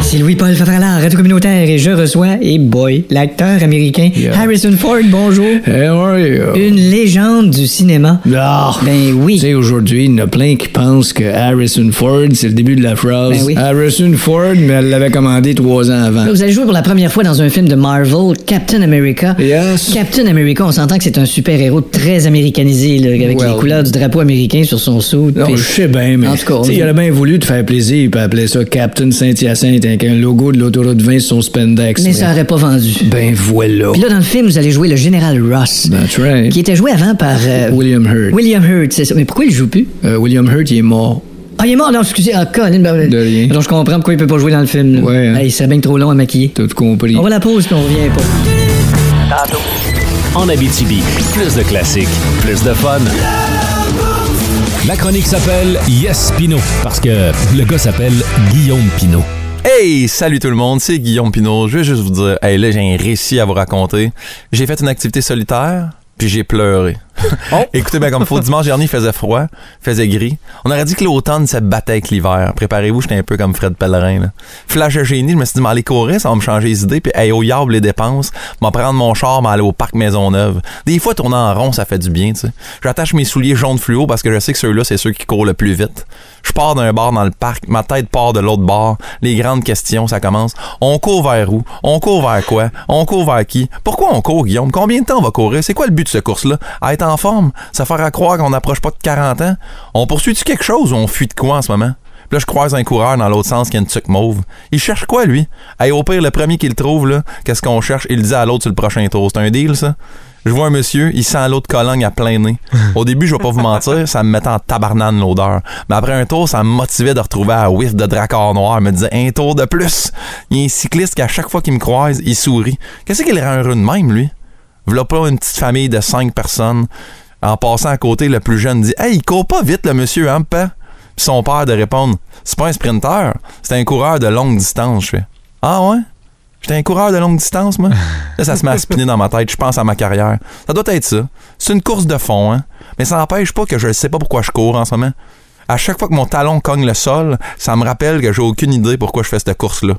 [SPEAKER 7] C'est Louis-Paul Favralard, Radio Communautaire, et je reçois, et boy, l'acteur américain Harrison Ford, bonjour.
[SPEAKER 8] Euh,
[SPEAKER 15] Eh euh,
[SPEAKER 7] Une légende du cinéma.
[SPEAKER 8] Ah,
[SPEAKER 7] ben oui. Tu
[SPEAKER 15] sais, aujourd'hui, il y en a plein qui pensent que Harrison Ford, c'est le début de la phrase.
[SPEAKER 7] Ben oui.
[SPEAKER 15] Harrison Ford, mais elle l'avait commandé trois ans avant.
[SPEAKER 7] Vous allez jouer pour la première fois dans un film de Marvel, Captain America. Captain America, on s'entend que c'est un super-héros très américanisé, là, avec
[SPEAKER 15] Well.
[SPEAKER 7] les couleurs du drapeau américain sur son sou.
[SPEAKER 15] Non, je sais bien, mais
[SPEAKER 7] En tout cas,
[SPEAKER 15] tu sais, il aurait bien voulu te faire plaisir, il peut appeler ça Captain Saint-Hyacinthe avec un logo de l'autoroute 20 sur son spandex.
[SPEAKER 7] Mais ça aurait pas vendu.
[SPEAKER 15] Ben voilà.
[SPEAKER 7] Puis là, dans le film, vous allez jouer le général Ross,
[SPEAKER 15] That's right.
[SPEAKER 7] qui était joué avant par... euh,
[SPEAKER 15] William Hurt.
[SPEAKER 7] William Hurt, c'est ça. Mais pourquoi il joue plus?
[SPEAKER 15] Euh, William Hurt, il est mort.
[SPEAKER 7] Ah, il est mort, non, excusez. Ah, Colin, ben,
[SPEAKER 15] De rien.
[SPEAKER 7] Donc, je comprends pourquoi il peut pas jouer dans le film. là.
[SPEAKER 15] Ouais. hein.
[SPEAKER 7] il serait bien trop long à maquiller.
[SPEAKER 15] T'as tout compris.
[SPEAKER 7] On va à la pause, puis on revient pas.
[SPEAKER 9] En Abitibi, plus de classiques, plus de fun. Ma chronique s'appelle Yes Pino parce que le gars s'appelle Guillaume Pino.
[SPEAKER 16] Hey, salut tout le monde, c'est Guillaume Pinot. Je vais juste vous dire, hey, là, j'ai un récit à vous raconter. J'ai fait une activité solitaire, puis j'ai pleuré.
[SPEAKER 2] Oh.
[SPEAKER 16] Écoutez bien comme faut, dimanche dernier, il faisait froid, faisait gris. On aurait dit que l'automne se battait avec l'hiver. Préparez-vous, j'étais un peu comme Fred Pellerin. Là. Flash de génie, je me suis dit, mais aller courir, ça va me changer les idées, puis hey, au yard les dépenses, m'en prendre mon char, m'en aller au parc Maisonneuve. Des fois, tourner en rond, ça fait du bien, tu sais. J'attache mes souliers jaunes fluo parce que je sais que ceux-là, c'est ceux qui courent le plus vite. Je pars d'un bar dans le parc, ma tête part de l'autre bar. Les grandes questions, ça commence. On court vers où? On court vers quoi? On court vers qui? Pourquoi on court, Guillaume? Combien de temps on va courir? C'est quoi le but de ce course-là? À être en forme? Ça faire à croire qu'on n'approche pas de 40 ans? On poursuit-tu quelque chose ou on fuit de quoi en ce moment? Puis là, je croise un coureur dans l'autre sens qui a une tuque mauve. Il cherche quoi, lui? Hey, au pire, le premier qu'il trouve, là, qu'est-ce qu'on cherche? Il le dit à l'autre sur le prochain tour. C'est un deal, ça? Je vois un monsieur, il sent l'eau de Cologne à plein nez. Au début, je vais pas vous mentir, ça me mettait en tabarnane l'odeur. Mais après un tour, ça me motivait de retrouver un whiff de dracard noir. Il me disait un tour de plus. Il y a un cycliste qui, à chaque fois qu'il me croise, il sourit. Qu'est-ce qu'il rend heureux de même, lui? V'là pas une petite famille de cinq personnes. En passant à côté, le plus jeune dit Hey, il court pas vite, le monsieur, hein, pas? Puis son père de répondre C'est pas un sprinter, c'est un coureur de longue distance. Je fais Ah ouais J'étais un coureur de longue distance, moi. Là, ça se met à spinner dans ma tête. Je pense à ma carrière. Ça doit être ça. C'est une course de fond, hein. Mais ça n'empêche pas que je ne sais pas pourquoi je cours en ce moment. À chaque fois que mon talon cogne le sol, ça me rappelle que j'ai aucune idée pourquoi je fais cette course-là.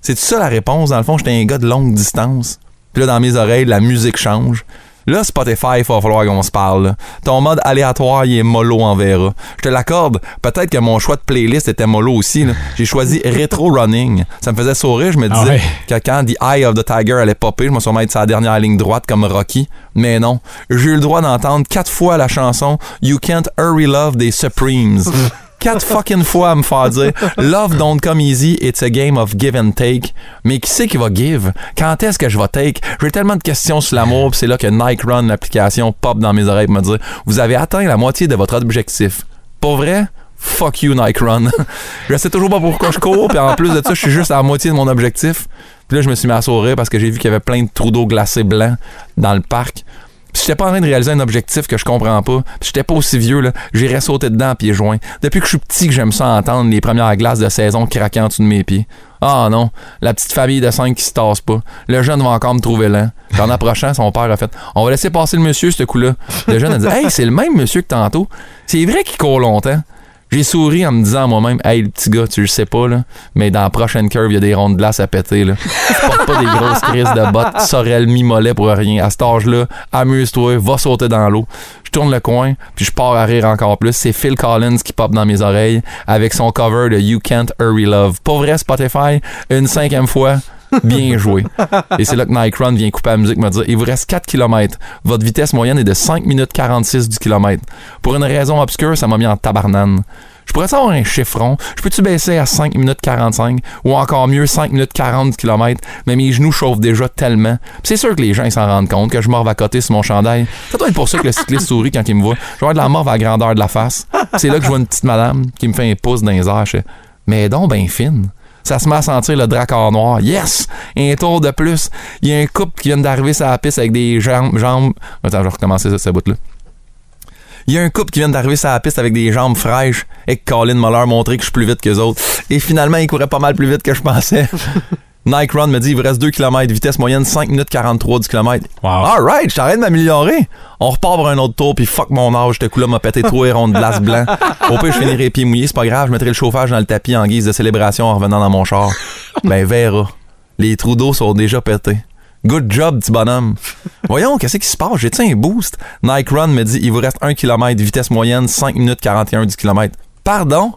[SPEAKER 16] C'est ça la réponse. Dans le fond, j'étais un gars de longue distance. Puis là, dans mes oreilles, la musique change. Là, Spotify, il va falloir qu'on se parle. là. Ton mode aléatoire, il est mollo en verra. Je te l'accorde. Peut-être que mon choix de playlist était mollo aussi. là. J'ai choisi Retro Running. Ça me faisait sourire. Je me
[SPEAKER 5] Ah
[SPEAKER 16] disais
[SPEAKER 5] ouais.
[SPEAKER 16] que quand The Eye of the Tiger allait popper, je me suis sûrement être sa dernière ligne droite comme Rocky. Mais non. J'ai eu le droit d'entendre quatre fois la chanson You Can't Hurry Love des Supremes. Quatre fucking fois à me faire dire Love don't come easy, it's a game of give and take. Mais qui c'est qui va give? Quand est-ce que je vais take? J'ai tellement de questions sur l'amour, puis c'est là que Nike Run, l'application, pop dans mes oreilles pour me dire Vous avez atteint la moitié de votre objectif. Pour vrai? Fuck you, Nike Run. je sais toujours pas pourquoi je cours, puis en plus de ça, je suis juste à la moitié de mon objectif. Puis là, je me suis mis à sourire parce que j'ai vu qu'il y avait plein de trous d'eau glacés blancs dans le parc. Puis j'étais pas en train de réaliser un objectif que je comprends pas. Puis j'étais pas aussi vieux, là. J'irais sauter dedans à pieds joints. Depuis que je suis petit que j'aime ça entendre les premières glaces de saison craquer en dessous de mes pieds. Ah non, la petite famille de cinq qui se tasse pas. Le jeune va encore me trouver lent. Puis en approchant, son père a fait On va laisser passer le monsieur, ce coup-là. Le jeune a dit Hey, c'est le même monsieur que tantôt. C'est vrai qu'il court longtemps. J'ai souri en me disant à moi-même Hey, le petit gars, tu le sais pas, là, mais dans la prochaine curve, il y a des rondes de glace à péter. Là. Tu portes pas des grosses crises de bottes, sorel mi-mollet pour rien. À cet âge-là, amuse-toi, va sauter dans l'eau. Je tourne le coin, puis je pars à rire encore plus. C'est Phil Collins qui pop dans mes oreilles avec son cover de You Can't Hurry Love. Pour vrai, Spotify, une cinquième fois. Bien joué. Et c'est là que Nike Run vient couper la musique, me dire il vous reste 4 km. Votre vitesse moyenne est de 5 minutes 46 du kilomètre. Pour une raison obscure, ça m'a mis en tabarnane. Je pourrais savoir un chiffron. Je peux-tu baisser à 5 minutes 45 ou encore mieux 5 minutes 40 du kilomètre, mais mes genoux chauffent déjà tellement. Puis c'est sûr que les gens ils s'en rendent compte que je morve à côté sur mon chandail. Ça doit être pour ça que le cycliste sourit quand il me voit. Je vais avoir de la morve à la grandeur de la face. Puis c'est là que je vois une petite madame qui me fait un pouce dans les airs. Je fais, mais donc ben fine. Ça se met à sentir le dracard noir. Yes! Un tour de plus. Il y a un couple qui vient d'arriver sur la piste avec des jambes. jambes. Attends, je vais recommencer ça, ce bout-là. Il y a un couple qui vient d'arriver sur la piste avec des jambes fraîches et que Colin m'a leur montré que je suis plus vite que les autres. Et finalement, il courait pas mal plus vite que je pensais. Nike Run me dit il vous reste 2 km, vitesse moyenne 5 minutes 43 du kilomètre. Alright, je t'arrête de m'améliorer. On repart pour un autre tour, puis fuck mon âge, ce coup-là m'a pété trois ronds de glace blanc. Au pire, je finirai pieds mouillés, c'est pas grave, je mettrai le chauffage dans le tapis en guise de célébration en revenant dans mon char. Ben, verra. Les trous d'eau sont déjà pétés. Good job, petit bonhomme. Voyons, qu'est-ce qui se passe? J'ai-tu un boost? Nike Run me dit, il vous reste 1 km, vitesse moyenne, 5 minutes 41 du kilomètre. Pardon?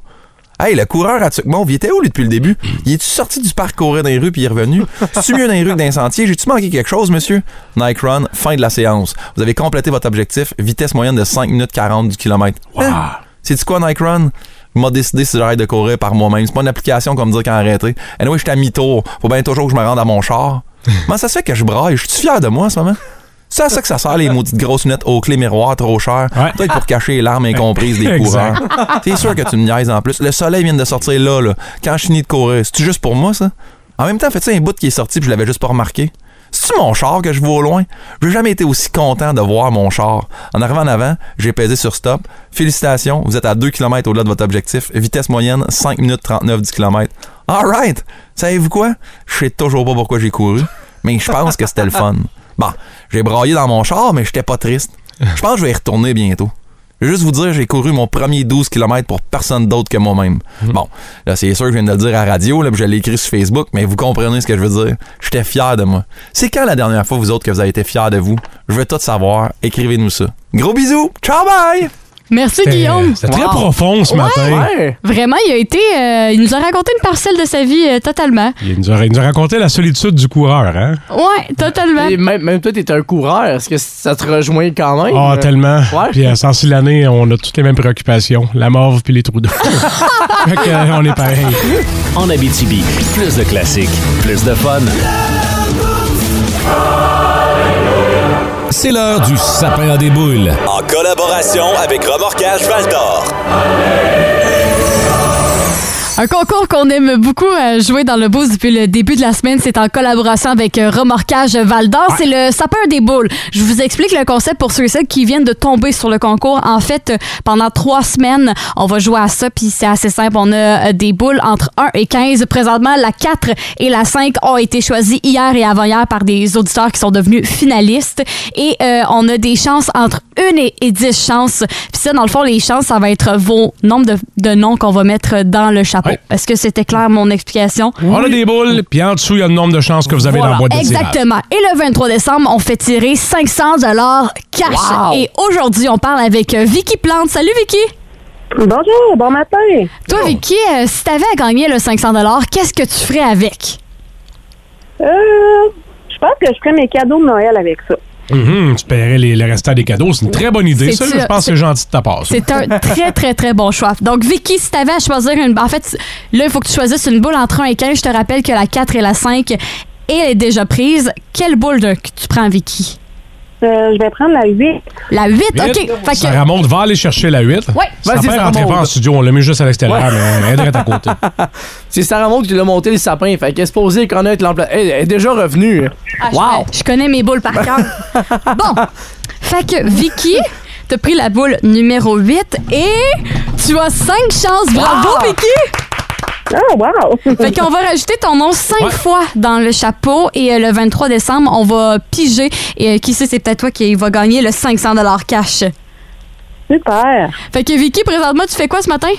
[SPEAKER 16] Hey, le coureur à Tucmont, il était où, lui, depuis le début? Il est-tu sorti du parc courir dans les rues puis il est revenu? Tu mieux dans les rues que dans les sentiers? J'ai-tu manqué quelque chose, monsieur? Nike Run, fin de la séance. Vous avez complété votre objectif, vitesse moyenne de 5 minutes 40 du kilomètre. Hein? C'est-tu quoi, Nike Run? Je m'a décidé si j'arrête de courir par moi-même. C'est pas une application comme dire quand arrêter. Anyway, j'étais à mi-tour. Faut bien toujours que je me rende à mon char. Comment ça se fait que je braille? Je suis fier de moi en ce moment? C'est à ça que ça sert les maudites grosses lunettes aux clés miroirs trop chères. Peut-être pour cacher les larmes incomprises des
[SPEAKER 5] Exact.
[SPEAKER 16] coureurs. T'es sûr que tu me niaises en plus. Le soleil vient de sortir là, là. Quand je finis de courir, c'est-tu juste pour moi, ça? En même temps, fais-tu un bout qui est sorti puis je l'avais juste pas remarqué? C'est-tu mon char que je vois au loin? J'ai jamais été aussi content de voir mon char. En arrivant en avant, j'ai pesé sur stop. Félicitations, vous êtes à 2 km au-delà de votre objectif. Vitesse moyenne, 5 minutes 39 du kilomètre. Alright! Savez-vous quoi? Je sais toujours pas pourquoi j'ai couru, mais je pense que c'était le fun. Bon, j'ai braillé dans mon char, mais j'étais pas triste. Je pense que je vais y retourner bientôt. Je vais juste vous dire, j'ai couru mon premier 12 km pour personne d'autre que moi-même. Bon, là, c'est sûr que je viens de le dire à la radio, là, puis je l'ai écrit sur Facebook, mais vous comprenez ce que je veux dire. J'étais fier de moi. C'est quand la dernière fois, vous autres, que vous avez été fiers de vous? Je veux tout savoir. Écrivez-nous ça. Gros bisous! Ciao, bye!
[SPEAKER 3] Merci
[SPEAKER 5] C'était-
[SPEAKER 3] Guillaume.
[SPEAKER 5] c'était très profond ce matin. Ouais.
[SPEAKER 3] Vraiment, il a été. euh, il nous a raconté une parcelle de sa vie euh, totalement.
[SPEAKER 5] Il nous a, il nous a raconté la solitude du coureur, hein?
[SPEAKER 3] Ouais, totalement.
[SPEAKER 4] Et même, même toi, t'es un coureur. Est-ce que ça te rejoint quand même?
[SPEAKER 5] Ah, tellement.
[SPEAKER 4] euh, Ouais.
[SPEAKER 5] Puis à 106 l'année, on a toutes les mêmes préoccupations. La morve puis les trous d'eau. fait que, euh, on est pareil.
[SPEAKER 9] En Abitibi, plus de classiques, plus de fun.
[SPEAKER 17] C'est l'heure du sapin à des boules.
[SPEAKER 2] En collaboration avec Remorquage Val d'Or.
[SPEAKER 3] Un concours qu'on aime beaucoup euh, jouer dans le boost depuis le début de la semaine, c'est en collaboration avec euh, Remorquage Val d'Or. C'est le sapeur des boules. Je vous explique le concept pour ceux et celles qui viennent de tomber sur le concours. En fait, euh, pendant trois semaines, on va jouer à ça, puis c'est assez simple. On a euh, des boules entre 1 et 15. Présentement, la 4 et la 5 ont été choisies hier et avant-hier par des auditeurs qui sont devenus finalistes. Et euh, on a des chances entre 1 et, et 10 chances. Puis ça, dans le fond, les chances, ça va être vos nombres de, de noms qu'on va mettre dans le chapeau. Est-ce que c'était clair mon explication?
[SPEAKER 5] On a des boules, puis en dessous, il y a le nombre de chances que vous avez dans la boîte de tirage.
[SPEAKER 3] Exactement. Et le 23 décembre, on fait tirer 500 dollars cash.
[SPEAKER 5] Wow.
[SPEAKER 3] Et aujourd'hui, on parle avec euh, Vicky Plante. Salut Vicky. Bonjour, bon matin. Toi Vicky, euh, si t'avais à gagner le 500 dollars, qu'est-ce que tu ferais avec
[SPEAKER 18] Euh, je pense que je ferais mes cadeaux de Noël avec ça.
[SPEAKER 5] Mhm, tu paierais les, le restant des cadeaux. C'est une très bonne idée,
[SPEAKER 3] C'est
[SPEAKER 5] ça.
[SPEAKER 3] ça.
[SPEAKER 5] Je pense que c'est gentil de ta part. ça.
[SPEAKER 3] C'est un très, très, très bon choix. Donc, Vicky, si t'avais à choisir une. En fait, là, il faut que tu choisisses une boule entre 1 et 15. Je te rappelle que la 4 et la 5, et elle est déjà prise. Quelle boule de- que tu prends, Vicky? Euh, je vais prendre la 8. La 8, OK.
[SPEAKER 5] Vite.
[SPEAKER 3] Fait que-
[SPEAKER 5] Sarah Maud va aller chercher la 8.
[SPEAKER 3] Ouais.
[SPEAKER 5] Ça
[SPEAKER 4] Vas-y,
[SPEAKER 5] va
[SPEAKER 4] Sarah
[SPEAKER 5] rentrer pas
[SPEAKER 4] Maud.
[SPEAKER 5] en studio. On l'a mis juste à l'extérieur,
[SPEAKER 4] Ouais.
[SPEAKER 5] mais elle est à côté.
[SPEAKER 4] C'est Sarah Maud qui l'a monté le sapin. Fait qu'elle est supposée connaître l'emploi. Elle elle est déjà revenue.
[SPEAKER 3] Ah, je-
[SPEAKER 4] wow!
[SPEAKER 3] Je connais mes boules par cœur. bon. Fait que Vicky, t'as pris la boule numéro 8 et tu as 5 chances. Bravo,
[SPEAKER 10] Wow!
[SPEAKER 3] Vicky! Oh, wow! Fait qu'on va rajouter ton nom 5 fois dans le chapeau et euh, le 23 décembre, on va piger. Et euh, qui sait, c'est peut-être toi qui va gagner le 500 cash. Super! Fait que Vicky, présentement, tu fais quoi ce matin?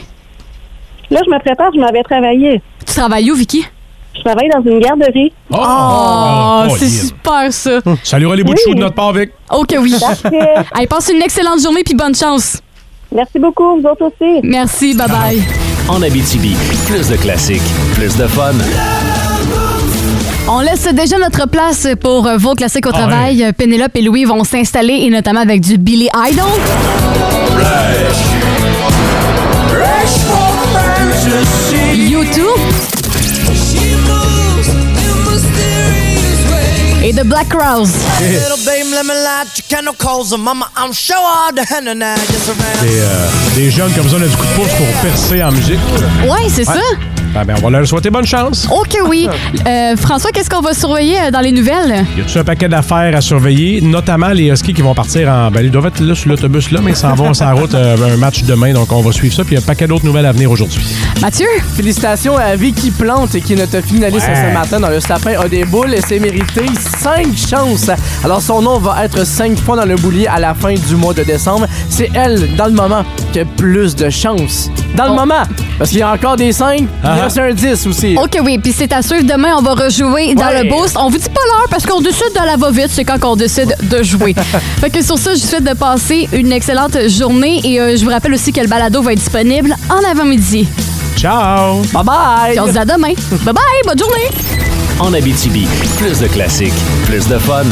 [SPEAKER 3] Là, je me prépare, je m'avais travaillé. Tu travailles où, Vicky? Je travaille dans une garderie. Oh,
[SPEAKER 4] Ah,
[SPEAKER 5] Oh,
[SPEAKER 3] c'est
[SPEAKER 5] Lynn.
[SPEAKER 3] super ça.
[SPEAKER 5] Salut les bouts de chou de notre part, Vic.
[SPEAKER 3] Ok, oui.
[SPEAKER 5] Parfait.
[SPEAKER 3] Allez, passe une excellente journée puis bonne chance. Merci beaucoup, vous autres aussi. Merci, bye bye.
[SPEAKER 17] En Abitibi, plus de classiques, plus de fun.
[SPEAKER 3] On laisse déjà notre place pour euh, vos classiques au
[SPEAKER 17] Ah,
[SPEAKER 3] travail. Euh, Pénélope et Louis vont s'installer et notamment avec du Billy Idol. YouTube et The Black Crowes.
[SPEAKER 19] Little baby, let me light your candle coals, and mama, I'm sure all the henna now just around.
[SPEAKER 5] Des, euh, des jeunes qui ont besoin d'un coup de pouce pour percer en musique.
[SPEAKER 3] Ouais, c'est ça.
[SPEAKER 5] Ah, ben, on va leur souhaiter bonne chance.
[SPEAKER 3] Ok, oui. Euh, François, qu'est-ce qu'on va surveiller euh, dans les nouvelles?
[SPEAKER 5] Il y a tout un paquet d'affaires à surveiller, notamment les huskies qui vont partir en. Ben, ils doivent être là sur l'autobus, là, mais ils s'en vont sur la route euh, un match demain, donc on va suivre ça. Puis il y a un paquet d'autres nouvelles à venir aujourd'hui.
[SPEAKER 3] Mathieu?
[SPEAKER 4] Félicitations à Vicky Plante qui est notre finaliste
[SPEAKER 5] Ouais.
[SPEAKER 4] ce matin dans le sapin a des boules et c'est mérité 5 chances. Alors son nom va être 5 fois dans le boulier à la fin du mois de décembre. C'est elle, dans le moment, qui a plus de chances. Dans
[SPEAKER 3] Oh.
[SPEAKER 4] le moment! Parce qu'il y a encore des 5, il
[SPEAKER 5] Ah.
[SPEAKER 4] reste un 10 aussi.
[SPEAKER 3] Ok, oui. Puis c'est à suivre. Demain, on va rejouer dans
[SPEAKER 4] Ouais.
[SPEAKER 3] le boost. On vous dit pas l'heure parce qu'on décide de la va-vite. C'est quand qu'on décide de jouer. fait que sur ça, je vous souhaite de passer une excellente journée. Et euh, je vous rappelle aussi que le balado va être disponible en avant-midi.
[SPEAKER 5] Ciao!
[SPEAKER 4] Bye bye!
[SPEAKER 3] on se dit à demain. bye bye! Bonne journée!
[SPEAKER 17] En Abitibi, plus de classiques, plus de fun.